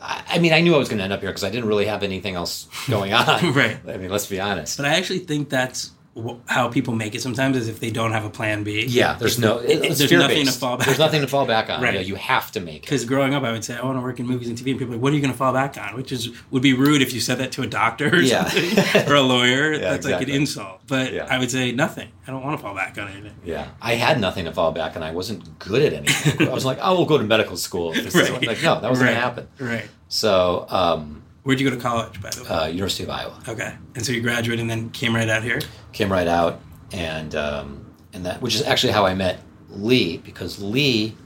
I, I mean, I knew I was going to end up here because I didn't really have anything else going on.
Right.
I mean, let's be honest.
But I actually think that's wh- how people make it sometimes is if they don't have a plan B.
Yeah, there's no. it's
there's nothing
fear-based.
to fall back
There's nothing to fall back on.
Right.
Yeah, you have to make it.
Because growing up, I would say I want to work in movies and TV, and people are like, "What are you going to fall back on?" Which is would be rude if you said that to a doctor or
Yeah.
something or a lawyer. That's like
exactly.
an insult. But
Yeah.
I would say nothing. I don't want to fall back on anything.
Yeah, I had nothing to fall back on. I wasn't good at anything. I was like, oh, we'll go to medical school. This is what- Like, no, that wasn't
right.
going to happen.
Right.
So, um,
Where'd you go to college, by the way?
uh, University of Iowa
okay, and so you graduated and then came right out here.
came right out, and um, and that which is actually how I met Lee because Lee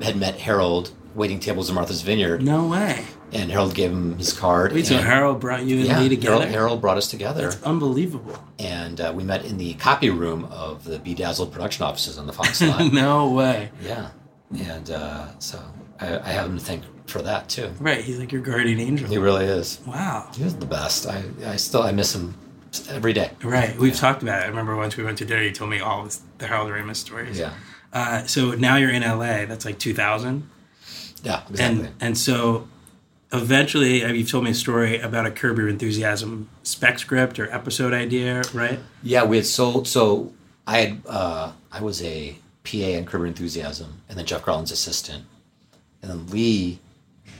had met Harold waiting tables in Martha's Vineyard,
No way.
and Harold gave him his card.
Wait, so
and-
Harold brought you and
yeah,
me
Harold,
together?
Harold brought us together.
That's unbelievable.
and uh, we met in the copy room of the Bedazzled production offices on the Fox lot.
no way.
yeah, and uh, so I, I have him to thank for that too.
Right. He's like your guardian angel.
He really is.
Wow.
He was the best. I, I still I miss him every day.
Right. We've talked about it. I remember once we went to dinner, you told me all this, the Harold Ramis stories.
Yeah,
Uh, so now you're in LA. That's like 2000,
yeah,
and
exactly.
and so eventually, uh, you've told me a story about a Curb Your Enthusiasm spec script or episode idea, right?
yeah, we had sold. So I had uh, I was a PA in Curb Your Enthusiasm, and then Jeff Garland's assistant, and then Lee.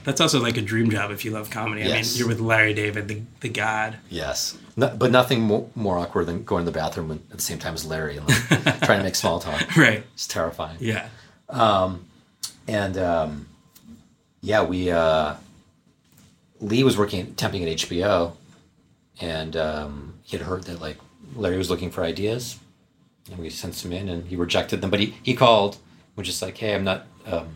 That's also like a dream job if you love comedy. I mean,
Yes.
you're with Larry David, the the god.
Yes, no, but nothing mo- more awkward than going to the bathroom when- at the same time as Larry and like, trying to make small talk.
Right.
It's terrifying.
Yeah.
and um, yeah, we uh, Lee was working temping at HBO, and um, he had heard that like Larry was looking for ideas, and we sent some in, and he rejected them. But he he called, was just like, hey, I'm not um,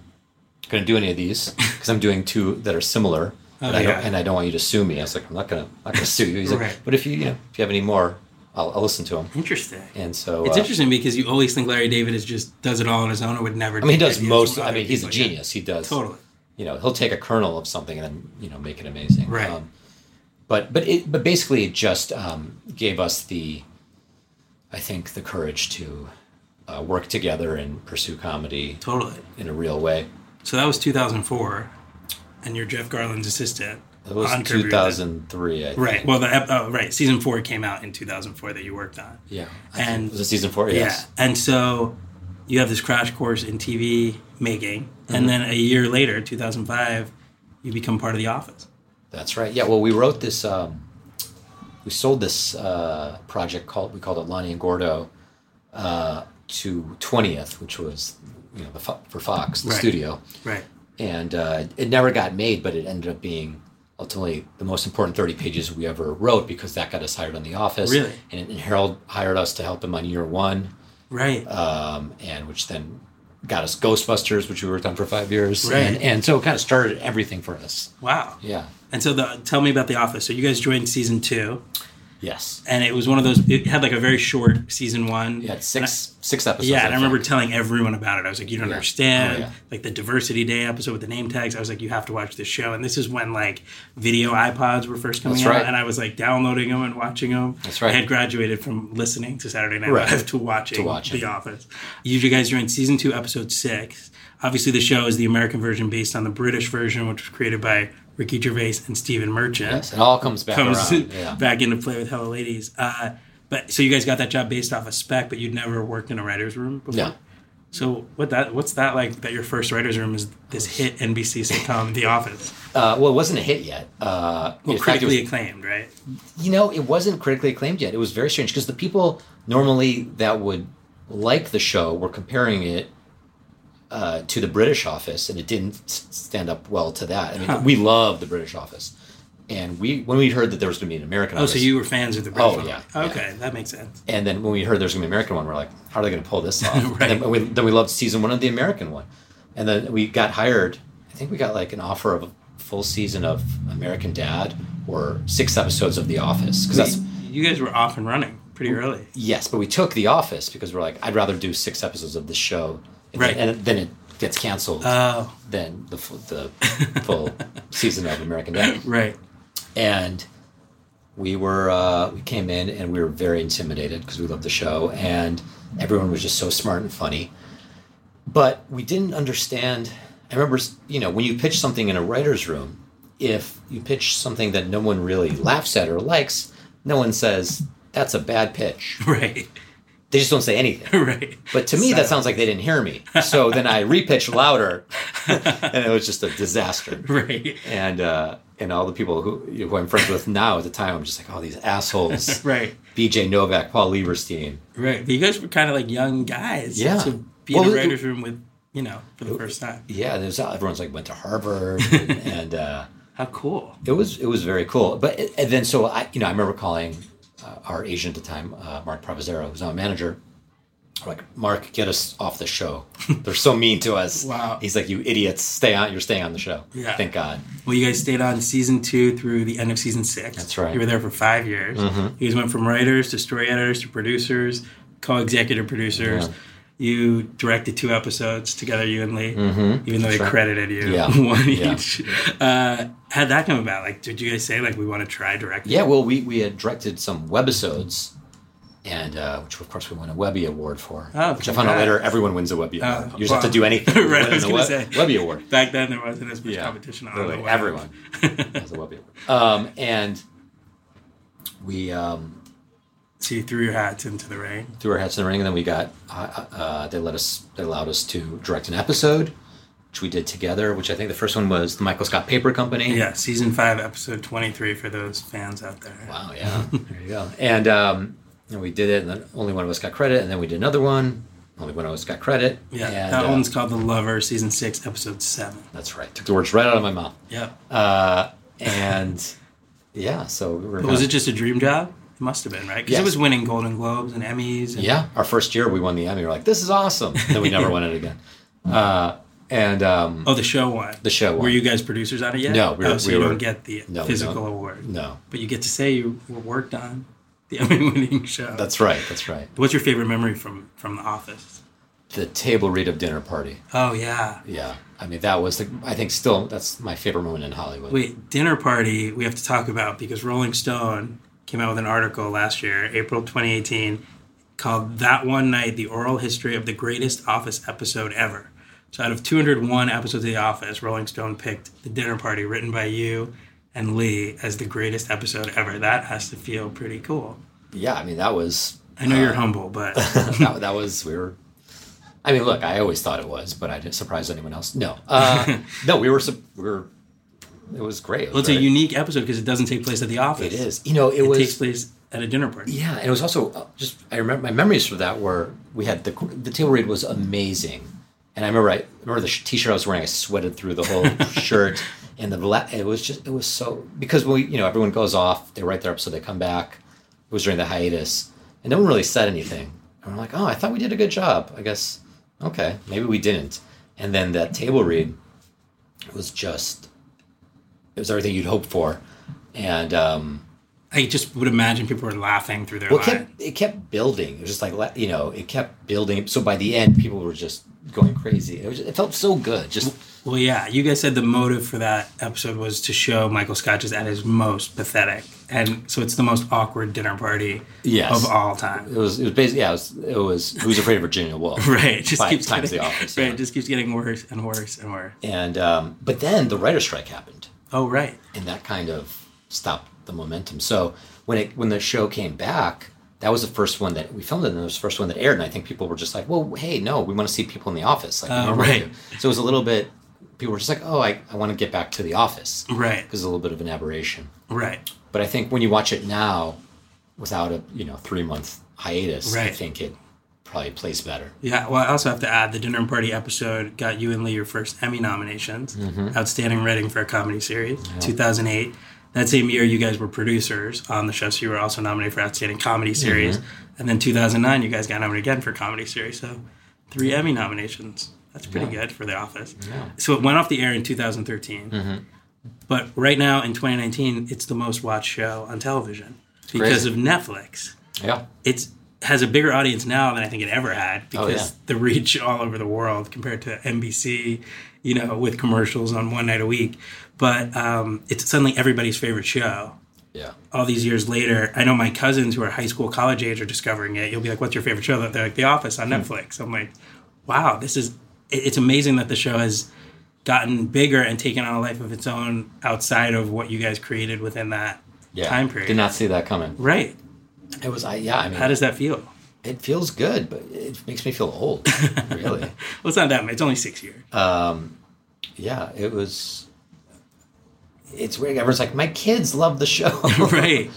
going to do any of these because I'm doing two that are similar, and, I
Oh, yeah.
don't, and I don't want you to sue me. I was like, I'm not going to not going to sue you. He's
Right.
like, but if you you know if you have any more, I'll, I'll listen to them.
Interesting.
And so
It's
uh,
interesting because you always think Larry David is just does it all on his own and would never.
I mean, he does most. I mean, he's a genius. He does
Totally.
you know he'll take a kernel of something and then you know make it amazing Um,
Right.
but but it but basically it just um, gave us the i think the courage to uh, work together and pursue comedy
Totally.
in a real way
So that was 2004, and you're Jeff Garland's assistant.
That was
Hunter Brew.
2003, I think.
Right. Well, the ep- oh, right season four came out in 2004 that you worked on.
Yeah.
And
Was it season four? Yes.
Yeah. And so you have this crash course in TV making,
Mm-hmm.
and then a year later, 2005, you become part of The Office.
That's right. Yeah. Well, we wrote this. Um, we sold this uh, project called we called it Lonnie and Gordo uh, to Twentieth, which was you know the, Fo- for Fox the
Right.
studio,
Right.
and uh, it never got made, but it ended up being ultimately the most important thirty pages we ever wrote because that got us hired on The Office.
Really?
And, and Harold hired us to help him on year one,
Right.
um, and which then got us Ghostbusters, which we worked on for five years,
Right.
and, and so it kind of started everything for us.
wow.
Yeah.
And so the, tell me about The Office. So you guys joined season two,
Yes.
and it was one of those, it had like a very short season one.
Yeah,
And I-
six six episodes.
yeah, and I remember
think.
telling everyone about it. I was like, "You don't
Yeah.
understand."
Oh, yeah.
Like the Diversity Day episode with the name tags. I was like, "You have to watch this show." And this is when like video iPods were first coming
That's
out,
right.
and I was like downloading them and watching them.
That's right.
I had graduated from listening to Saturday Night
Right.
Live to watching,
To watching.
The Office. You two guys joined season two, episode six. Obviously, the show is the American version based on the British version, which was created by Ricky Gervais and Stephen Merchant
Yes, it all comes back
comes
around. Yeah.
back into play with Hello Ladies. Uh, but so you guys got that job based off a spec, but you'd never worked in a writer's room before.
No.
So what that what's that like that your first writer's room is this hit NBC sitcom The Office?
Uh, well, it wasn't a hit yet. Uh,
Well,
in fact, it was-
critically acclaimed, right?
you know, it wasn't critically acclaimed yet. It was very strange because the people normally that would like the show were comparing it uh, to the British Office, and it didn't s- stand up well to that. I mean, we love the British Office, and we when we heard that there was going to be an American
Oh,
Office,
so you were fans of the British
Oh,
one.
yeah,
Okay, that makes sense.
And then when we heard there's gonna be an American one, we're like, how are they gonna pull this off?
Right.
And then we, then we loved season one of the American one, and then we got hired. I think we got like an offer of a full season of American Dad or six episodes of The Office because that's
you guys were off and running pretty early.
yes, but we took The Office because we're like, I'd rather do six episodes of this show, and
Right.
Then, and then it gets canceled
Oh,
than the fu- the full season of American Dad
right.
and we were uh, we came in and we were very intimidated because we loved the show and everyone was just so smart and funny but we didn't understand i remember you know when you pitch something in a writer's room if you pitch something that no one really laughs at or likes no one says that's a bad pitch
Right.
they just don't say anything
Right.
but to me, that sounds like they didn't hear me. So then I repitched louder, and it was just a disaster.
Right.
And uh, and all the people who who I'm friends with now at the time, I'm just like, oh, these assholes.
Right.
B.J. Novak, Paul Lieberstein.
Right. But you guys were kind of like young guys.
Yeah.
To be
Well,
in
it-
a writer's room with, you know, for the first time.
Yeah, there's uh, everyone's like went to Harvard, and, and uh,
How cool.
it was it was very cool. But and then so I you know I remember calling uh, our agent at the time, uh, Mark Provisero, who's now a manager. I'm Like Mark, get us off the show. They're so mean to us.
Wow.
He's like, you idiots, stay on. You're staying on the show.
Yeah.
Thank God.
Well, you guys stayed on season two through the end of season six.
That's right. Mm-hmm.
You were there for five years. You guys went from writers to story editors to producers, co-executive producers. You directed two episodes together, you and Lee, even though they credited you
Mm-hmm. Yeah.
one
Yeah.
each. Uh, how'd that come about? Like, did you guys say like we want to try directing?
Yeah. Well, we we had directed some webisodes, and uh, which of course we won a Webby award for.
Oh,
which I found out
congrats.
later, everyone wins a Webby
Oh,
award. You just have
wow.
to do anything. to
Right, I
win
was
a
gonna
Web-
say.
Webby award.
Back then, there wasn't as much
Yeah.
competition on
Really,
the web.
everyone has a Webby award. Um, and we um,
So you threw your hats into the ring.
threw our hats in the ring, and then we got uh, uh, they let us they allowed us to direct an episode, which we did together. Which I think the first one was the Michael Scott Paper Company.
Yeah, season five, episode twenty-three for those fans out there.
Wow. Yeah. there you go. And um, and we did it, and then only one of us got credit, and then we did another one. Only one of us got credit.
Yeah,
and,
that
uh,
one's called The Lover, season six, episode seven.
That's right. Took the words right out of my mouth.
Yep.
Uh, and yeah, so we were.
But was it just a dream job? It must have been, right? Because
Yes.
it was winning Golden Globes and Emmys. And
Yeah, our first year we won the Emmy. We are like, this is awesome. And then we never won it again.
Mm.
Uh, and um,
Oh, the show won.
The show won.
Were you guys producers on it yet?
No, we were-
oh, so
we
you
were-
don't get the
No, we
physical
don't.
award.
no,
But you get to say you were worked on the Emmy-winning show.
that's right. That's right.
What's your favorite memory from from The Office?
the table read of dinner party.
Oh yeah.
Yeah, I mean that was the. I think still that's my favorite moment in Hollywood.
Wait, dinner party we have to talk about because Rolling Stone came out with an article last year, April 2018, called That One Night The Oral History of the Greatest Office Episode Ever. So out of 201 episodes of The Office, Rolling Stone picked The Dinner Party, written by you and Lee as the greatest episode ever. That has to feel pretty cool.
Yeah, I mean that was
I know you're humble, but
that, that was we were. I mean, look, I always thought it was, but I didn't surprise anyone else. No, uh, no, we were sup- we were. It was great. It was
well, it's a
very-
unique episode because it doesn't take place at the office.
It is. You know, it,
It
was.
takes place at a dinner party.
Yeah, and it was also uh, just I remember my memories for that were we had the the table read was amazing, and I remember I remember the sh- t-shirt I was wearing I sweated through the whole shirt, and the la- it was just it was so because we you know everyone goes off they write their episode they come back it was during the hiatus and no one really said anything and we're like oh I thought we did a good job I guess okay maybe we didn't and then that table read was just it was everything you'd hope for and. um
I just would imagine people were laughing through their
well, it
line.
kept it kept building. It was just like la- you know, it kept building. So by the end, people were just going crazy. It was it felt so good. Just
Well, yeah, you guys said the motive for that episode was to show Michael Scott just at his most pathetic, and so it's the most awkward dinner party
Yes.
of all
it
time.
was it was basically yeah. It was, it was Who's Afraid of Virginia Woolf?
Right, it just
Five
keeps
times
getting,
the office.
Right,
yeah.
it just keeps getting worse and worse and worse.
and um, but then the writer strike happened,
Oh, right.
and that kind of stopped the momentum. So when it when the show came back. That was the first one that we filmed, it, and it was the first one that aired. And I think people were just like, "Well, hey, no, we want to see people in the office." Like, we normally
Oh, right.
do. So it was a little bit. People were just like, "Oh, I, I want to get back to the office."
Right.
because it's a little bit of an aberration.
Right.
But I think when you watch it now, without a you know three month hiatus, I
Right.
think it probably plays better.
Yeah. Well, I also have to add the dinner party episode got you and Lee your first Emmy nominations, outstanding writing for a comedy series, 2008. That same year, you guys were producers on the show, so you were also nominated for outstanding comedy series. And then 2009, you guys got nominated again for comedy series. So three Emmy nominations. That's pretty good for The Office. So it went off the air in 2013. But right now in 2019, it's the most watched show on television because of Netflix
Yeah,
it's has a bigger audience now than I think it ever had because
Oh, yeah.
the reach all over the world compared to NBC, you know, with commercials on one night a week. But um, it's suddenly everybody's favorite show.
yeah,
All these years later, I know my cousins who are high school, college age are discovering it. You'll be like, "What's your favorite show?" They're like, "The Office
Hmm.
on Netflix." I'm like, "Wow, this is." it- It's amazing that the show has gotten bigger and taken on a life of its own outside of what you guys created within that
yeah.
time period.
Did not see that coming.
right?
It was I yeah. I mean,
How does that feel?
it feels good, but it makes me feel old. really.
Well, it's not that much. It's only six years.
Yeah, it was. It's weird. Everyone's like, my kids love the show.
right.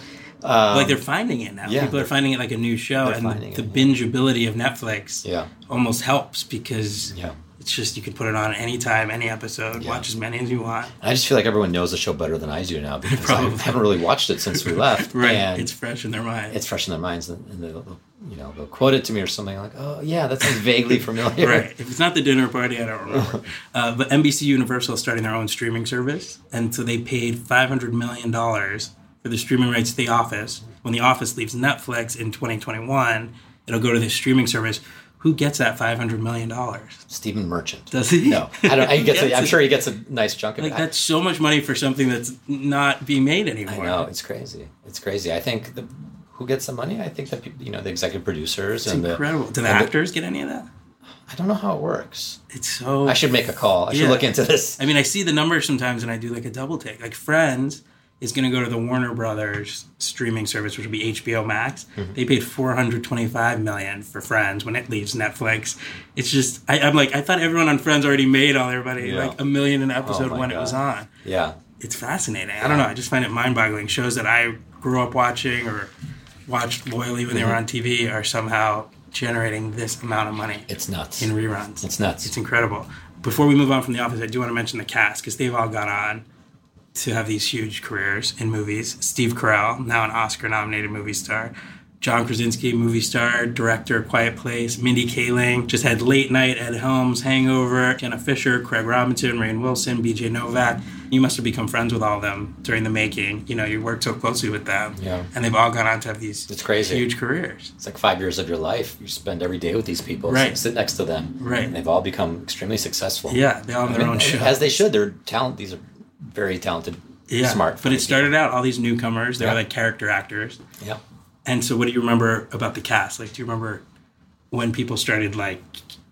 like they're finding it now.
Uh-huh. Um, yeah,
People are
they're-
finding it like a new show,
finding
and the
it,
bingeability of Netflix
Yeah.
almost helps because
Yeah.
it's just you can put it on anytime, any episode, watch as many as you want.
I just feel like everyone knows the show better than I do now because I
Probably.
haven't really watched it since we left.
Right,
And
it's fresh in their mind.
it's fresh in their minds and, and they'll, they'll, you know they'll quote it to me or something like oh yeah that sounds vaguely familiar
right. If it's not the dinner party, I don't remember. uh, but NBC Universal is starting their own streaming service, and so they paid five hundred million dollars for the streaming rights to The Office. When The Office leaves Netflix in twenty twenty one, it'll go to this streaming service. Who gets that five hundred million dollars?
Stephen Merchant
Does he?
no I don't I gets
Gets
a, I'm
it.
sure he gets a nice chunk of
Like
it
that's so much money for something that's not being made anymore.
I know it's crazy it's crazy I think the who gets the money I think that people, you know the executive producers and
Incredible.
the
Do the
and the-
actors get any of that?
I don't know how it works
It's so.
I should make a call I should
Yeah.
look into this
I mean, I see the numbers sometimes, and I do like a double take. Like Friends is going to go to the Warner Brothers streaming service, which will be HBO Max.
Mm-hmm.
They paid four hundred twenty-five million for Friends when it leaves Netflix. It's just I, I'm like I thought everyone on Friends already made all everybody
Yeah. Oh
like a million an episode
my
when it was on.
yeah
it's fascinating. I don't know. I just find it mind-boggling. Shows that I grew up watching or watched loyally when they
Mm-hmm.
were on TV are somehow generating this amount of money
it's nuts
in reruns.
it's nuts
It's incredible. Before we move on from The Office, I do want to mention the cast because they've all gone on to have these huge careers in movies. Steve Carell, now an Oscar-nominated movie star. John Krasinski, movie star, director, Quiet Place. Mindy Kaling just had Late Night, Ed Helms, Hangover. Jenna Fisher, Craig Robinson, Rain Wilson, B.J. Novak. You must have become friends with all of them during the making. You know, you worked so closely with them,
Yeah.
and they've all gone on to have these
It's crazy.
huge careers.
it's like five years of your life you spend every day with these people
Right.
sit next to them
Right.
and they've all become extremely successful
Yeah, they all have their own
And
show.
As they should. They're talent. These are very talented, smart.
But
funny
it started out all these newcomers. They
Yeah.
were like character actors.
people. Yeah.
And so, what do you remember about the cast? Like, do you remember when people started like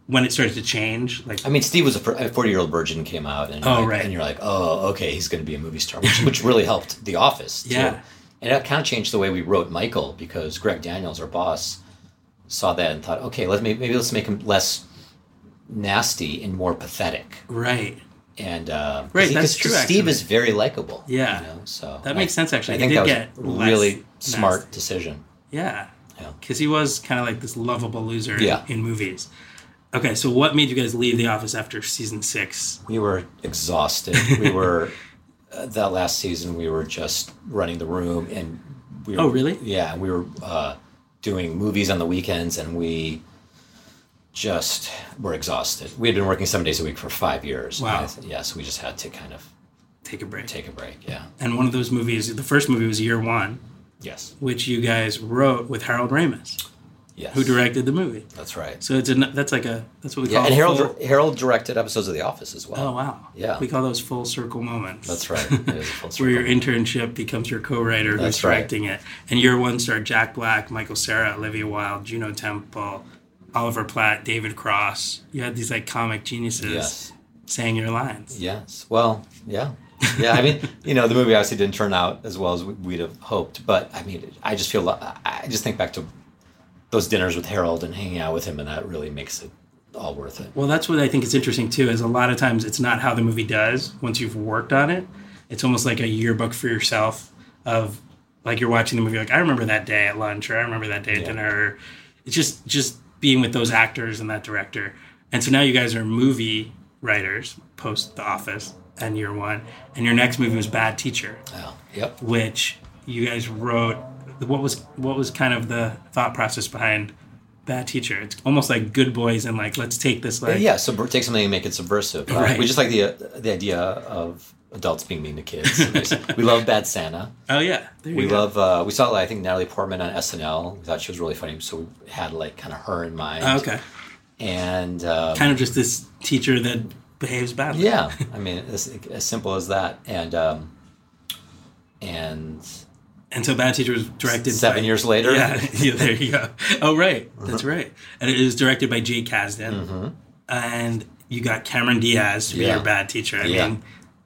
when it starts to change. Like
I mean, Steve was a fir- a 40 year old virgin came out, and you're
Oh,
like,
right.
and you're like, oh, okay, he's going to be a movie star, which, which really helped The Office. Too.
Yeah.
and that kind of changed the way we wrote Michael because Greg Daniels, our boss, saw that and thought, okay, let's maybe, maybe let's make him less nasty and more pathetic.
right.
And uh, 'cause
Right,
he-
that's
'cause
true,
Steve
actually.
is very likable.
Yeah.
you know, so
That
and
makes sense, actually.
I
He
think
did
that
get
was a
less
really
nasty.
smart decision.
Yeah.
Yeah.
Because he was kind of like this lovable loser in-
Yeah.
in, movies. Okay, so what made you guys leave The Office after season six?
we were exhausted. We were uh, that last season. We were just running the room, and we were,
Oh, really?
Yeah, we were uh, doing movies on the weekends, and we just were exhausted. We had been working seven days a week for five years.
Wow.
And I th- yeah, so we just had to kind of
Take a break.
take a break. Yeah.
And one of those movies, the first movie was Year One,
Yes.
which you guys wrote with Harold Ramis,
Yes.
who directed the movie.
That's right.
So it's a, that's like a that's what we
yeah,
call
and
a
Harold
full-
Harold directed episodes of The Office as well.
Oh wow!
Yeah.
we call those full circle moments.
That's right. It was a full
Where your
circle.
internship becomes your co-writer who's
That's right.
directing it, and year one star Jack Black, Michael Sarah, Olivia Wilde, Juno Temple, Oliver Platt, David Cross. You had these like comic geniuses
Yes.
saying your lines.
Yes. Well, yeah. Yeah, I mean, you know, the movie obviously didn't turn out as well as we- we'd have hoped, but I mean, I just feel, I I just think back to those dinners with Harold and hanging out with him, and that really makes it all worth it.
Well, that's what I think is interesting too. Is a lot of times it's not how the movie does once you've worked on it. It's almost like a yearbook for yourself of like you're watching the movie. Like I remember that day at lunch, or I remember that day at dinner. Or it's just just being with those actors and that director. And so now you guys are movie writers post The Office and Year One, and your next movie was Bad Teacher,
Yeah. Yep.
which you guys wrote. What was what was kind of the thought process behind Bad Teacher? It's almost like Good Boys and like let's take this like
Yeah. So take something and make it subversive. Uh,
Right.
We just like the uh, the idea of adults being mean to kids. we love Bad Santa.
Oh yeah, there you
We
go.
love. Uh, we saw. I think Natalie Portman on SNL. We thought she was really funny, so we had like kind of her in mind.
Oh, okay,
And um,
kind of just this teacher that behaves badly.
Yeah, I mean, it's as simple as that. And um, and
and so bad teacher was directed
seven
by-
years later, Uh-huh.
Yeah, yeah, there you go. Oh right, that's right. And it was directed by Jay Kasdan, and you got Cameron Diaz to be
Mm-hmm. Yeah.
your bad teacher. I
Yeah.
mean,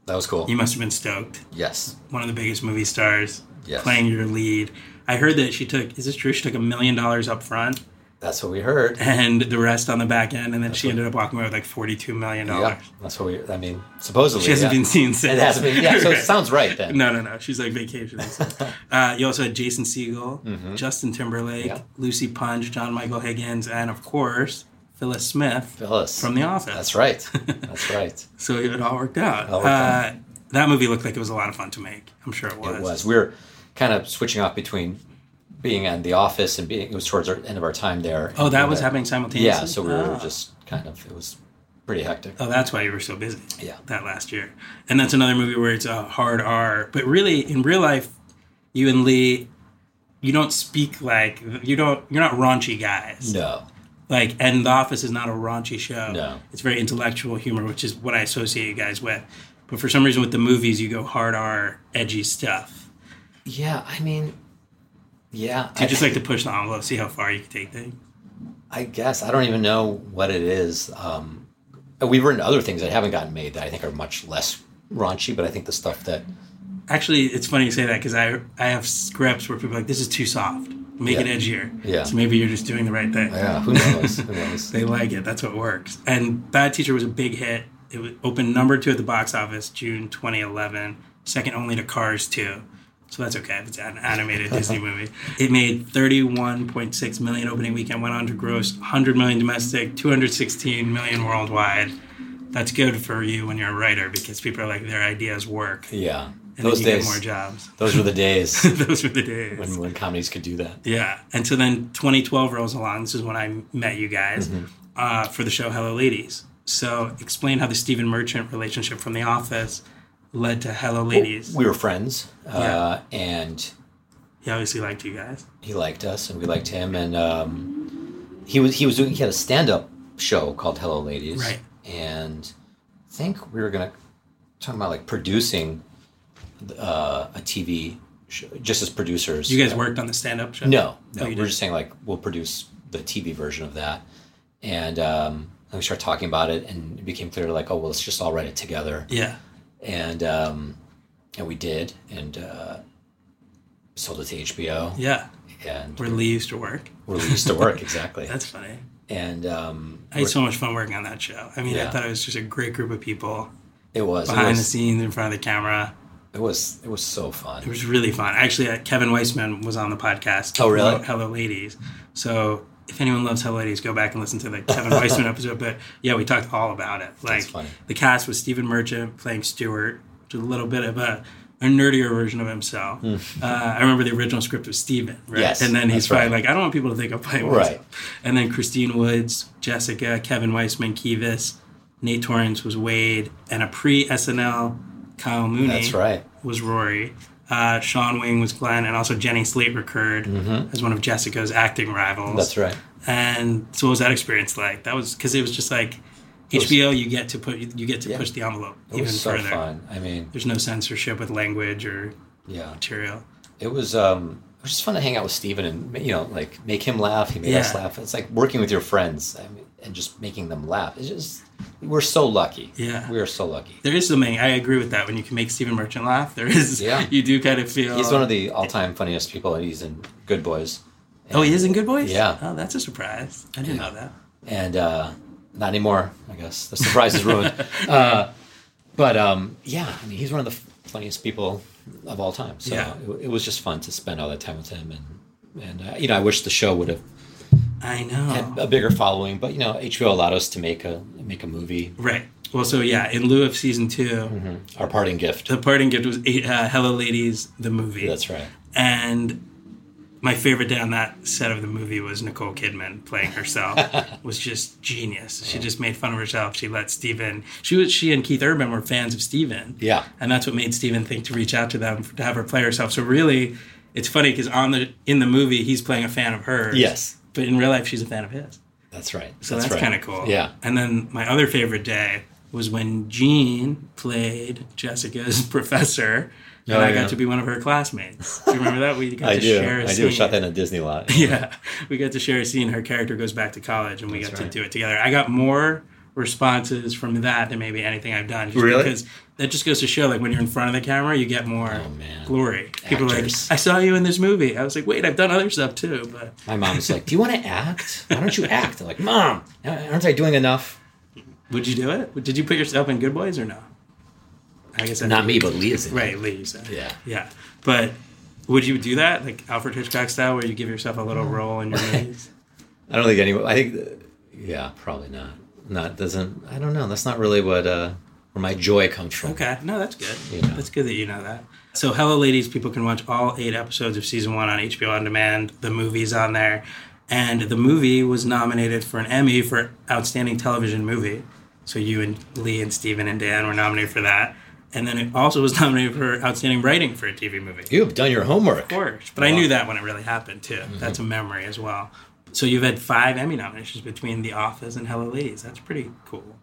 that was cool.
you must have been stoked.
Yes,
One of the biggest movie stars
Yes.
playing your lead. I heard that she took. Is this true? She took a million dollars up front
that's what we heard.
and the rest on the back end, and then she ended up walking away with like forty-two million dollars.
Yeah, that's what we. I mean, supposedly
She hasn't
yeah.
been seen since.
It hasn't been. Yeah, so it
Right.
sounds right then.
No, no, no. She's like vacation. uh, you also had Jason Segel, Justin Timberlake,
Mm-hmm. Yeah.
Lucy Punch, John Michael Higgins, and of course Phyllis Smith
Phyllis
from The Office.
That's right. That's right.
So it all worked out.
all worked out.
Uh, that movie looked like it was a lot of fun to make. I'm sure it was.
it was. We were kind of switching off between being on The Office and being. It was towards our end of our time there.
Oh, that was
But-
happening simultaneously.
Yeah, so we were
Ah.
just kind of. It was pretty hectic.
Oh, that's why you were so busy.
Yeah.
That last year, and that's another movie where it's a hard R. But really, in real life, you and Lee, you don't speak like you don't. You're not raunchy guys.
No.
Like, and The Office is not a raunchy show.
No.
It's very intellectual humor, which is what I associate you guys with. But for some reason, with the movies, you go hard R, edgy stuff.
Yeah, I mean, yeah.
Do you
I-
just like to push the envelope, see how far you can take things?
I guess I don't even know what it is. Um, we've written other things that haven't gotten made that I think are much less raunchy, but I think the stuff that
Actually, it's funny you say that because I I have scripts where people are like, "This is too soft. Make it
Yeah.
edgier."
Yeah.
So maybe you're just doing the right thing.
yeah, who knows? Who knows?
They like it. That's what works. And Bad Teacher was a big hit. It was opened number two at the box office June 2011, second only to Cars 2. So that's okay if it's an animated Disney movie. It made 31.6 million opening weekend, went on to gross 100 million domestic, 216 million worldwide. That's good for you when you're a writer because people are like their ideas work.
Yeah,
And
those
then you
days.
get more jobs.
Those were the days
Those were the days.
when, when comedies could do that.
Yeah. And so then 2012 rolls along. This is when I met you guys
Mm-hmm.
uh, for the show Hello Ladies. So explain how the Stephen Merchant relationship from The Office led to
Oh,
Hello Ladies.
We were friends, uh, and
he obviously liked you guys.
he liked us, and we liked him, and um, he was he was doing he had a stand up show called Hello Ladies,
Right.
And I think we were gonna talk about like producing uh, a TV show, just as producers.
You guys
Uh,
worked on the stand up show? Oh,
No,
you
no. we're
didn't?
just saying like we'll produce the TV version of that, and um, And we started talking about it, and it became clear like, oh well, let's just all write it together.
Yeah.
And um, and we did, and uh, sold it to HBO,
Yeah.
and
Where Lee used to work.
released to work exactly.
That's funny.
and um,
I had so much fun working on that show. I mean, I
Yeah.
thought it was just a great group of people
it was it
behind the
was,
scenes in front of the camera.
it was it was so
It
fun.
was really fun. Actually, uh, Kevin Weissman was on the podcast.
Oh, really?
Hello, Hello Ladies. So if anyone loves Hello Ladies, go back and listen to the Kevin Weissman episode. But yeah, we talked all about it. Like
funny.
the cast was Stephen Merchant playing Stewart, which is a little bit of a, a nerdier version of himself. Uh, I remember the original script was Stephen, right?
Hmm. Yes,
and then he's
that's right.
probably like, I don't want people to think I'm playing
Right.
And then Christine Woods, Jessica, Kevin Weissman, Kivas, Nate Torrance was Wade, and a pre SNL Kyle Mooney
That's right.
was Rory. Uh, Sean Wing was Glenn, and also Jenny Slate recurred as one of Jessica's acting rivals.
Mm-hmm. That's right.
And so, what was that experience like? That was because it was just like
was-
HBO. You get to put you get to
Yeah.
push the envelope
It
even
was so
further.
fun. I mean,
There's no censorship with language or
yeah.
material.
it was um it was just fun to hang out with Steven and you know like make him laugh he made us
Yeah.
laugh it's like working with your friends I mean, and just making them laugh it's just we're so lucky
Yeah.
we are so lucky
There is something I agree with that when you can make Stephen Merchant laugh. There is
Yeah.
you do kind of feel
he's one of the all-time funniest people and he's in Good Boys
oh he is in Good Boys
Yeah.
oh that's a surprise I didn't know that
and uh not anymore I guess the surprise is ruined uh but um yeah I mean he's one of the funniest people of all time so
Yeah.
it, it was just fun to spend all that time with him and and uh, you know I wish the show would have
I know
had a bigger following but you know HBO allowed us to make a make a movie
right well so yeah in lieu of season 2
Mm-hmm. our parting gift.
the parting gift was uh, Hello Ladies, the movie.
That's right.
And my favorite day on that set of the movie was Nicole Kidman playing herself. was just genius. She just made fun of herself. She let Steven, she was she and Keith Urban were fans of Steven.
Yeah.
And that's what made Steven think to reach out to them to have her play herself. So really it's funny because on the in the movie he's playing a fan of hers.
Yes.
But in real life she's a fan of his.
That's right.
So that's,
right.
kind of cool.
Yeah.
And then my other favorite day was when Jean played Jessica's professor, and
Oh,
I
yeah.
got to be one of her classmates. Do you remember that? We got
I
to
do.
share a
I
scene.
do. Shot that in a Disney lot.
Yeah, we got to share a scene. Her character goes back to college, and we got
right.
to do it together. I got more responses from that than maybe anything I've done. just
Really?
Because that just goes to show, like when you're in front of the camera, you get more
Oh, man.
glory. People
Actors.
are like, "I saw you in this movie." I was like, "Wait, I've done other stuff too." But
My mom's like, "Do you want to act? Why don't you act?" I'm like, "Mom, aren't I doing enough?"
Would you do it? Did you put yourself in Good Boys or no? I guess I
Not me, but Lee is in. it.
Right, Lee. You said.
Yeah.
yeah. But would you do that, like Alfred Hitchcock style, where you give yourself a
Mm-hmm.
little role in your movies?
I don't think anyone. I think. Yeah, probably not. Not doesn't. I don't know. That's not really what uh where my joy comes from.
Okay, no, that's good.
Yeah.
That's good that you know that. So, Hello Ladies, people can watch all eight episodes of season one on HBO on demand. The movie's on there, and the movie was nominated for an Emmy for Outstanding Television Movie. So you and Lee and Steven and Dan were nominated for that, and then it also was nominated for Outstanding Writing for a TV movie.
You have done your homework.
course. But I knew that when it really happened too.
Mm-hmm.
That's a memory as well. So you've had five Emmy nominations between The Office and Hello Ladies. That's pretty cool.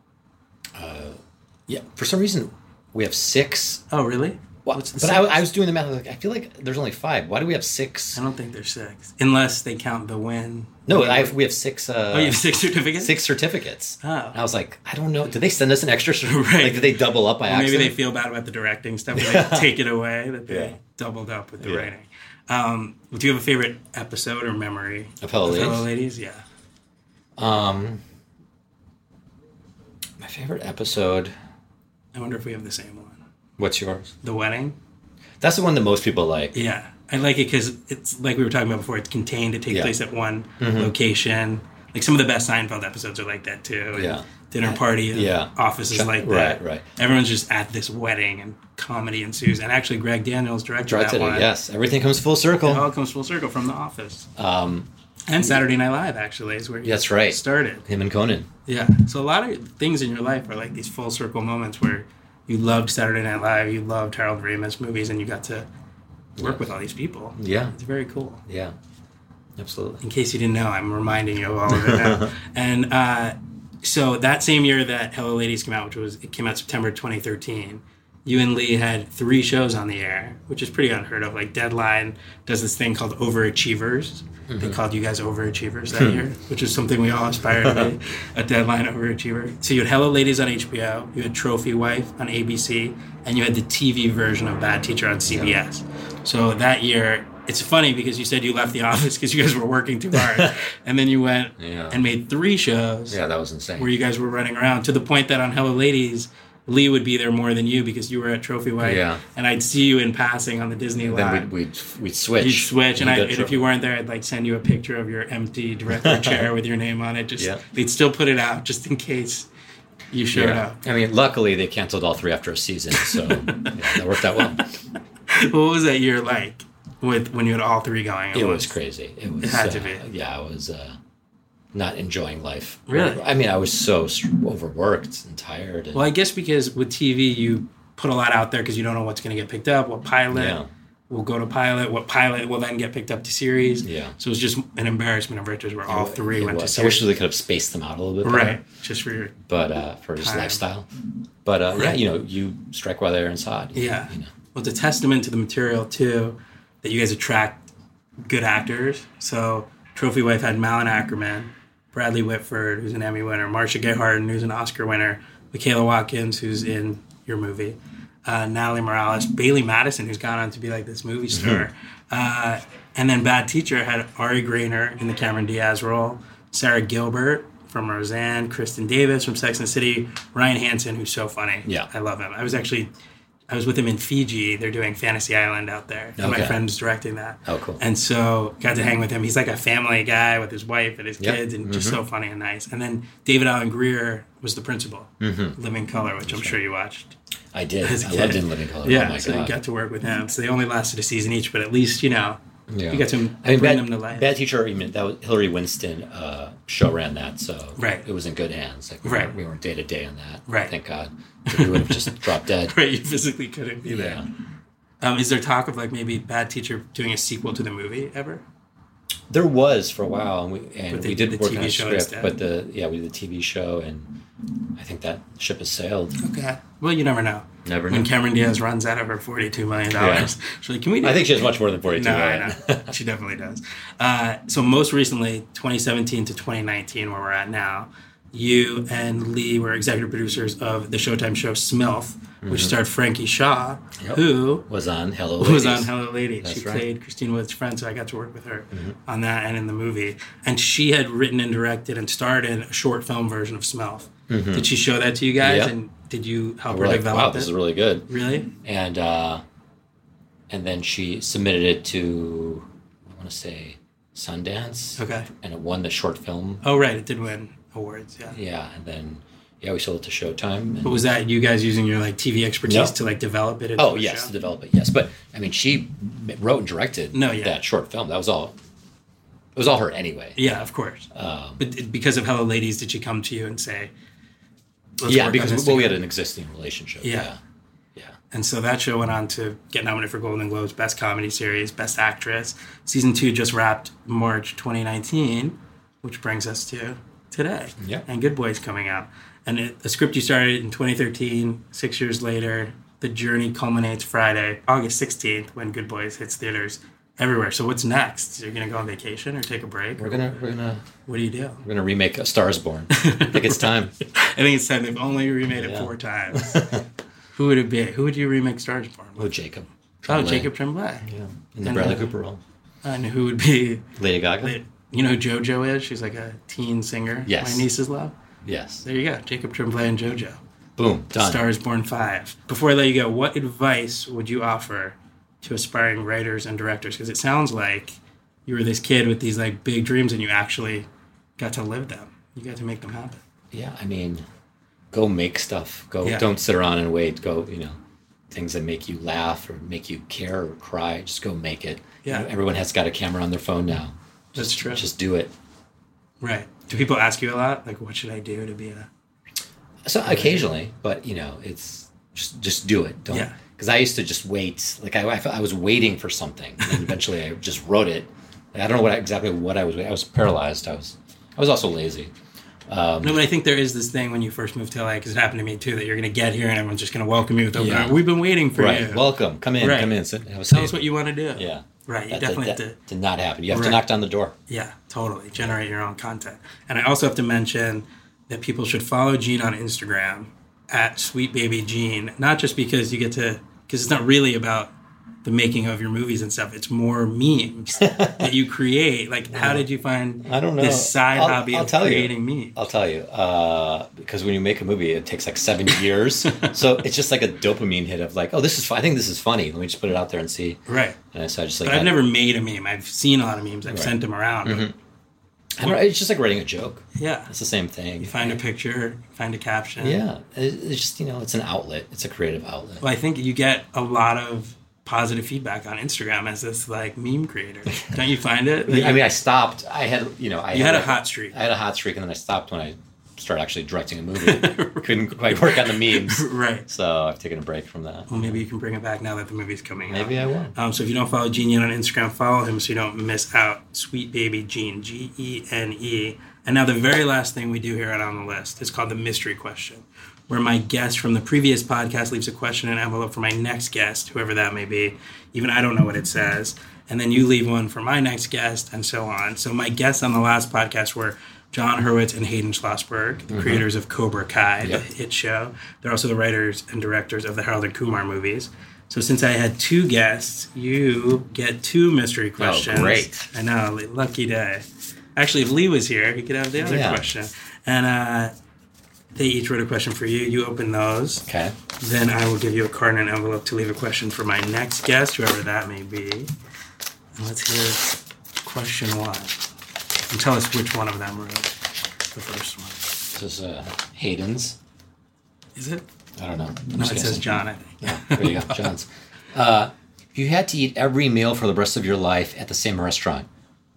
Yeah. For some reason, we have six.
Oh, really?
Well,
What's the
but I,
six?
I was doing the math. I was like, I feel like there's only five. Why do we have six?
I don't think there's six, unless they count the win.
No, I have, we have six. Uh,
Oh, you have six certificates.
six certificates.
Oh.
And I was like, I don't know. Did they send us an extra? Cer-
Right.
Like, did they double up by
Or maybe
accident?
they feel bad about the directing stuff. They like, take it away that they
Yeah.
doubled up with the
Yeah.
writing. Um, do you have a favorite episode or memory
Of Hello Ladies?
Hello Ladies, yeah.
um, my favorite episode.
I wonder if we have the same one.
What's yours?
The wedding.
That's the one that most people like.
Yeah, I like it because it's like we were talking about before. It's contained. It takes
Yeah. Mm-hmm.
place at one location. Like some of the best Seinfeld episodes are like that too. and
Yeah.
dinner party. and
Yeah.
offices
Ch-
like
right,
that.
right.
Everyone's just at this wedding and comedy ensues. And actually, Greg Daniels directed,
Directed
that
it.
one.
Yes, everything comes full circle.
It all comes full circle from The Office.
Um,
And Saturday Night Live actually is where he
That's right.
started.
him and Conan.
Yeah. So a lot of things in your life are like these full circle moments where you loved Saturday Night Live, you loved Harold Ramis movies, and you got to work with all these people.
Yeah,
It's very cool.
yeah, absolutely.
in case you didn't know, I'm reminding you of all of it now. and uh, so that same year that Hello Ladies came out, which was it came out September 2013, you and Lee had three shows on the air, which is pretty unheard of. Like Deadline does this thing called Overachievers.
Mm-hmm.
They called you guys overachievers
Hmm.
that year, which is something we all aspire to be a deadline overachiever. So you had Hello Ladies on HBO, you had Trophy Wife on ABC, and you had the TV version of Bad Teacher on CBS. So that year, it's funny because you said you left the office because you guys were working too hard. and then you went
Yeah.
and made three shows
Yeah, that was insane.
where you guys were running around to the point that on Hello Ladies, Lee would be there more than you because you were at Trophy Wife,
Yeah.
and I'd see you in passing on the Disney
then
line.
we'd, we'd, we'd switch.
You'd switch, and, I,
We'd go
and
tro-
if you weren't there, I'd like send you a picture of your empty director chair with your name on it. Just
Yeah.
they'd still put it out just in case you showed
Yeah. I mean, luckily they canceled all three after a season, so yeah, that worked out well.
up. What was that year like with when you had all three going?
It was crazy. It was.
had to
uh,
be.
Yeah, I was uh, not enjoying life.
Really?
I mean, I was so s- overworked and tired. And,
Well, I guess because with TV, you put a lot out there because you don't know what's going to get picked up, what pilot
Yeah.
will go to pilot, what pilot will then get picked up to series.
Yeah.
So it was just an embarrassment of riches where all three
it
went to
was. I
series.
wish they could have spaced them out a little bit. better,
right. Just for your.
But uh, for his
Time.
lifestyle. But uh, yeah,
Right.
you know, you strike while the iron's hot.
Yeah.
You know.
Well, it's a testament to the material, too, that you guys attract good actors. So Trophy Wife had Malin Ackerman, Bradley Whitford, who's an Emmy winner, Marcia Gay Harden, who's an Oscar winner, Michaela Watkins, who's in your movie, uh, Natalie Morales, Bailey Madison, who's gone on to be like this movie star. uh, and then Bad Teacher had Ari Grainer in the Cameron Diaz role, Sarah Gilbert from Roseanne, Kristen Davis from Sex and the City, Ryan Hansen, who's so funny.
Yeah.
I love him. I was actually. I was with him in Fiji. They're doing Fantasy Island out there. And my
Okay.
friend's directing that.
Oh, cool.
And so got to hang with him. He's like a family guy with his wife and his
Yep. Mm-hmm.
kids and just so funny and nice. And then David Allen Greer was the principal, Living Color, which I'm sure you watched.
Mm-hmm. I did.
as a
I loved
kid.
in Living Color.
Yeah,
oh my
so
God.
you got to work with him. So they only lasted a season each, but at least, you know,
Yeah.
you got to
I mean,
bring
bad,
them to life.
Bad Teacher, I mean, that was Hillary Winston uh, show ran that, so
Right.
it was in good hands. Like we
Right.
weren't, we weren't day to day on that.
Right.
Thank God. We would have just dropped dead.
Right, you physically couldn't be there.
Yeah.
Um, is there talk of like maybe Bad Teacher doing a sequel to the movie ever?
There was for a while, and we and
But they
we
did
did
the
work
TV
on a
show
script,
instead.
but the yeah we did the TV show, and I think that ship has sailed.
Okay. Well, you never know.
Never
When
know.
Cameron Diaz runs out of her $42 million, she's like, can we do
I think she has much more than forty two.
No, I know. she definitely does. Uh, so most recently, 2017 to 2019, where we're at now, you and Lee were executive producers of the Showtime show Smilf,
Mm-hmm.
which starred Frankie Shaw, who
was on Hello.
was on
Ladies.
Hello Lady.
That's
she
right. Mm-hmm.
played Christine Wood's friend, so I got to work with her on that and in the movie. And she had written and directed and starred in a short film version of Smilf.
Mm-hmm.
Did she show that to you guys?
Yeah.
And did you help
We're
her
like,
develop
wow,
it?
this is really good.
really?
and uh, and then she submitted it to I want to say Sundance.
Okay.
And it won the short film.
Oh, right. It did win awards. Yeah.
Yeah, and then yeah, we sold it to Showtime. And,
But was that you guys using your like TV expertise
No.
to like develop it? Into
oh
a
yes, to
show?
develop it. Yes, but I mean, she wrote and directed
No, yeah.
that short film. That was all. It was all her anyway.
yeah, of course.
Um,
but it- because of Hello Ladies, did she come to you and say? Let's work
yeah,
on
because
this
well, we had
together"?
an existing relationship.
Yeah.
Yeah.
and so that show went on to get nominated for Golden Globes Best Comedy Series, Best Actress. Season two just wrapped March 2019, which brings us to today.
Yeah.
and Good Boys coming out, and it, a script you started in 2013. Six years later, the journey culminates Friday, August 16th, when Good Boys hits theaters everywhere. So what's next? You're gonna go on vacation or take a break?
We're gonna we're gonna
What do you do?
we're gonna remake A Star Is Born. I think it's time.
I think it's time they've only remade it
Yeah.
four times. Who would it be? Who would you remake Stars Born
Oh,
with?
Jacob.
Oh,
Tremblay.
Jacob Tremblay.
Yeah. In the
And,
Bradley
uh,
Cooper role.
And who would be?
Lady Gaga.
You know who JoJo is? She's like a teen singer.
Yes.
My nieces love.
Yes.
There you go. Jacob Tremblay and JoJo.
Boom. Done.
Stars Born Five. Before I let you go, what advice would you offer to aspiring writers and directors? Because it sounds like you were this kid with these like big dreams, and you actually got to live them. You got to make them happen.
yeah i mean go make stuff go
Yeah.
don't sit around and wait go you know things that make you laugh or make you care or cry just go make it You
Yeah.
know, everyone has got a camera on their phone now
That's true.
just do it
right. Do people ask you a lot? Like, what should I do to be a
so occasionally but you know it's just just do it don't
Yeah.
because i used to just wait like i, I, felt I was waiting for something and eventually i just wrote it i don't know what I, exactly what i was i was paralyzed i was i was also lazy
no, but I think there is this thing when you first move to LA because it happened to me too that you're going to get here and everyone's just going to welcome you with open
Yeah.
arms. We've been waiting for
Right.
you.
Welcome. Come in.
Right.
Come in. Sit. Have a
Tell us
seat.
what you want to do.
Yeah.
Right. You
That-
definitely
that,
have to.
that did not happen. You have
Right.
to knock down the door.
Yeah, totally. Generate your own content. And I also have to mention that people should follow Gene on Instagram at Sweet Baby Gene, not just because you get to, because it's not really about the making of your movies and stuff. It's more memes that you create. Like, how did you find
I don't know.
this side
I'll-
hobby
I'll
of
tell you.
creating memes?
I'll tell you, uh, because when you make a movie, it takes like seven years. so it's just like a dopamine hit of like, oh, this is. Fun. I think this is funny. Let me just put it out there and see.
Right.
And so I just like.
But I've
I-
never made a meme. I've seen a lot of memes. I've sent them around. but
Mm-hmm. I don't know, it's just like writing a joke.
Yeah.
It's the same thing.
You find a picture, find a caption.
Yeah. It- It's just you know, it's an outlet. It's a creative outlet.
Well, I think you get a lot of positive feedback on Instagram as this like meme creator. Don't you find it? Like,
I mean, I stopped. I had you know, I
you had a
like,
hot streak.
I had a hot streak, and then I stopped when I started actually directing a movie. Couldn't quite work on the memes,
Right. Oh
so I've taken a break from that.
Well, maybe you can bring it back now that the movie's coming out.
Maybe I will.
Um, so if you don't follow Gene Yen on Instagram, follow him so you don't miss out. Sweet baby Gene, G E N E. And now the very last thing we do here at On the List is called the mystery question, where my guest from the previous podcast leaves a question in an envelope for my next guest, whoever that may be. Even I don't know what it says. And then you leave one for my next guest, and so on. So my guests on the last podcast were John Hurwitz and Hayden Schlossberg, the creators of Cobra Kai,
Mm-hmm. Yep.
the hit show. They're also the writers and directors of the Harold and Kumar movies. So since I had two guests, you get two mystery questions.
Oh, great.
I know, li- lucky day. Actually, if Lee was here, he could have the other
Yeah.
question. And uh, they each wrote a question for you. You open those.
Okay.
Then I will give you a card and an envelope to leave a question for my next guest, whoever that may be. And let's hear question one. And tell us which one of them wrote the first one.
This is uh, Hayden's.
Is it?
I don't know. I'm
No,
just
it says
guessing.
John, I think.
There you go, John's. Uh, if you had to eat every meal for the rest of your life at the same restaurant,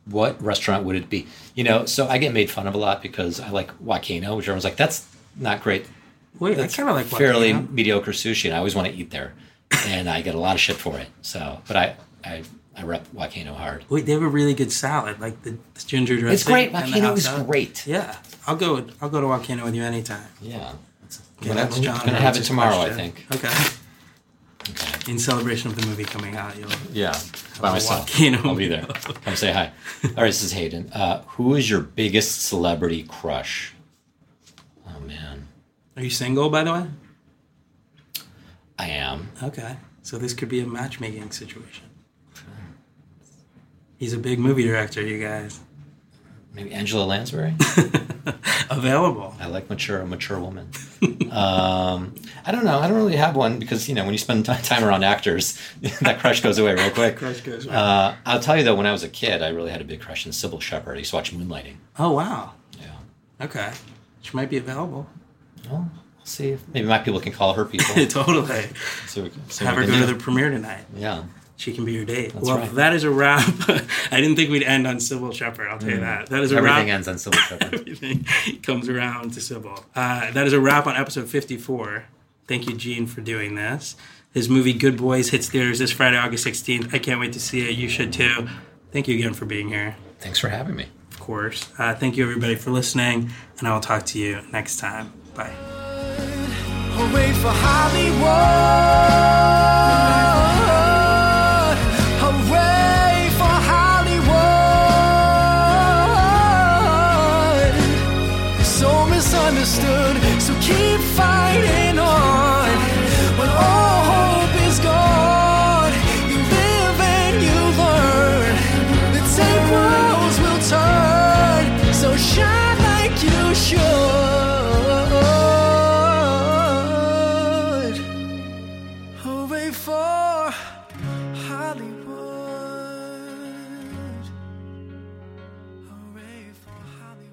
what restaurant would it be? You know, so I get made fun of a lot because I like Wakano, which everyone's like, that's not great.
Wait, I
That's
kind of like
fairly
Joaquin, huh?
mediocre sushi, and I always want to eat there, and I get a lot of shit for it. So, but I I I rep Wakano hard.
Wait, they have a really good salad, like the, the ginger dressing.
It's great.
and the
Wakano
hot
is
dog.
great.
Yeah, I'll go. with- I'll go to Volcano with you anytime.
Yeah. It's-
Okay,
I'm
that's
gonna,
John
I'm gonna have it
Hurwitz's
tomorrow, I
question.
think.
Okay. In celebration of the movie coming out, you'll
Yeah, by myself.
Wakano.
I'll be there. Come say hi. All right, this is Hayden. Uh, who is your biggest celebrity crush? Oh man,
Are you single, by the way?
I am.
Okay. So this could be a matchmaking situation. He's a big movie director, you guys.
Maybe Angela Lansbury.
Available.
I like mature, a mature woman. um, I don't know. I don't really have one because you know when you spend ti- time around actors, that crush goes away real quick.
Crush goes away.
Uh, I'll tell you though, when I was a kid, I really had a big crush on Sybil Shepherd. I used to watch Moonlighting.
Oh wow.
Yeah.
Okay. She might be available.
Well, we'll see. If, maybe my people can call her people.
totally.
see what we can- see what
Have her
we can
go to
do.
the premiere tonight.
Yeah.
She can be your date. well,
right.
that is a wrap. I didn't think we'd end on Sybil Shepherd. I'll tell you that. That is a
Mm. Everything
wrap.
ends on Sybil Shepherd.
Everything comes around to Sybil. Uh, that is a wrap on episode 54. Thank you, Gene, for doing this. His movie Good Boys hits theaters this Friday, August 16th. I can't wait to see it. You should too. Thank you again for being here,
Thanks for having me.
of course. Uh, thank you, everybody, for listening, and I will talk to you next time. Bye.
Or wait for Hollywood. Or wait for Hollywood. So misunderstood. So keep fighting on. When all hope is gone, you live and you learn. The tape rolls will turn. So shine like you should. Hooray for Hollywood. Hooray for Hollywood.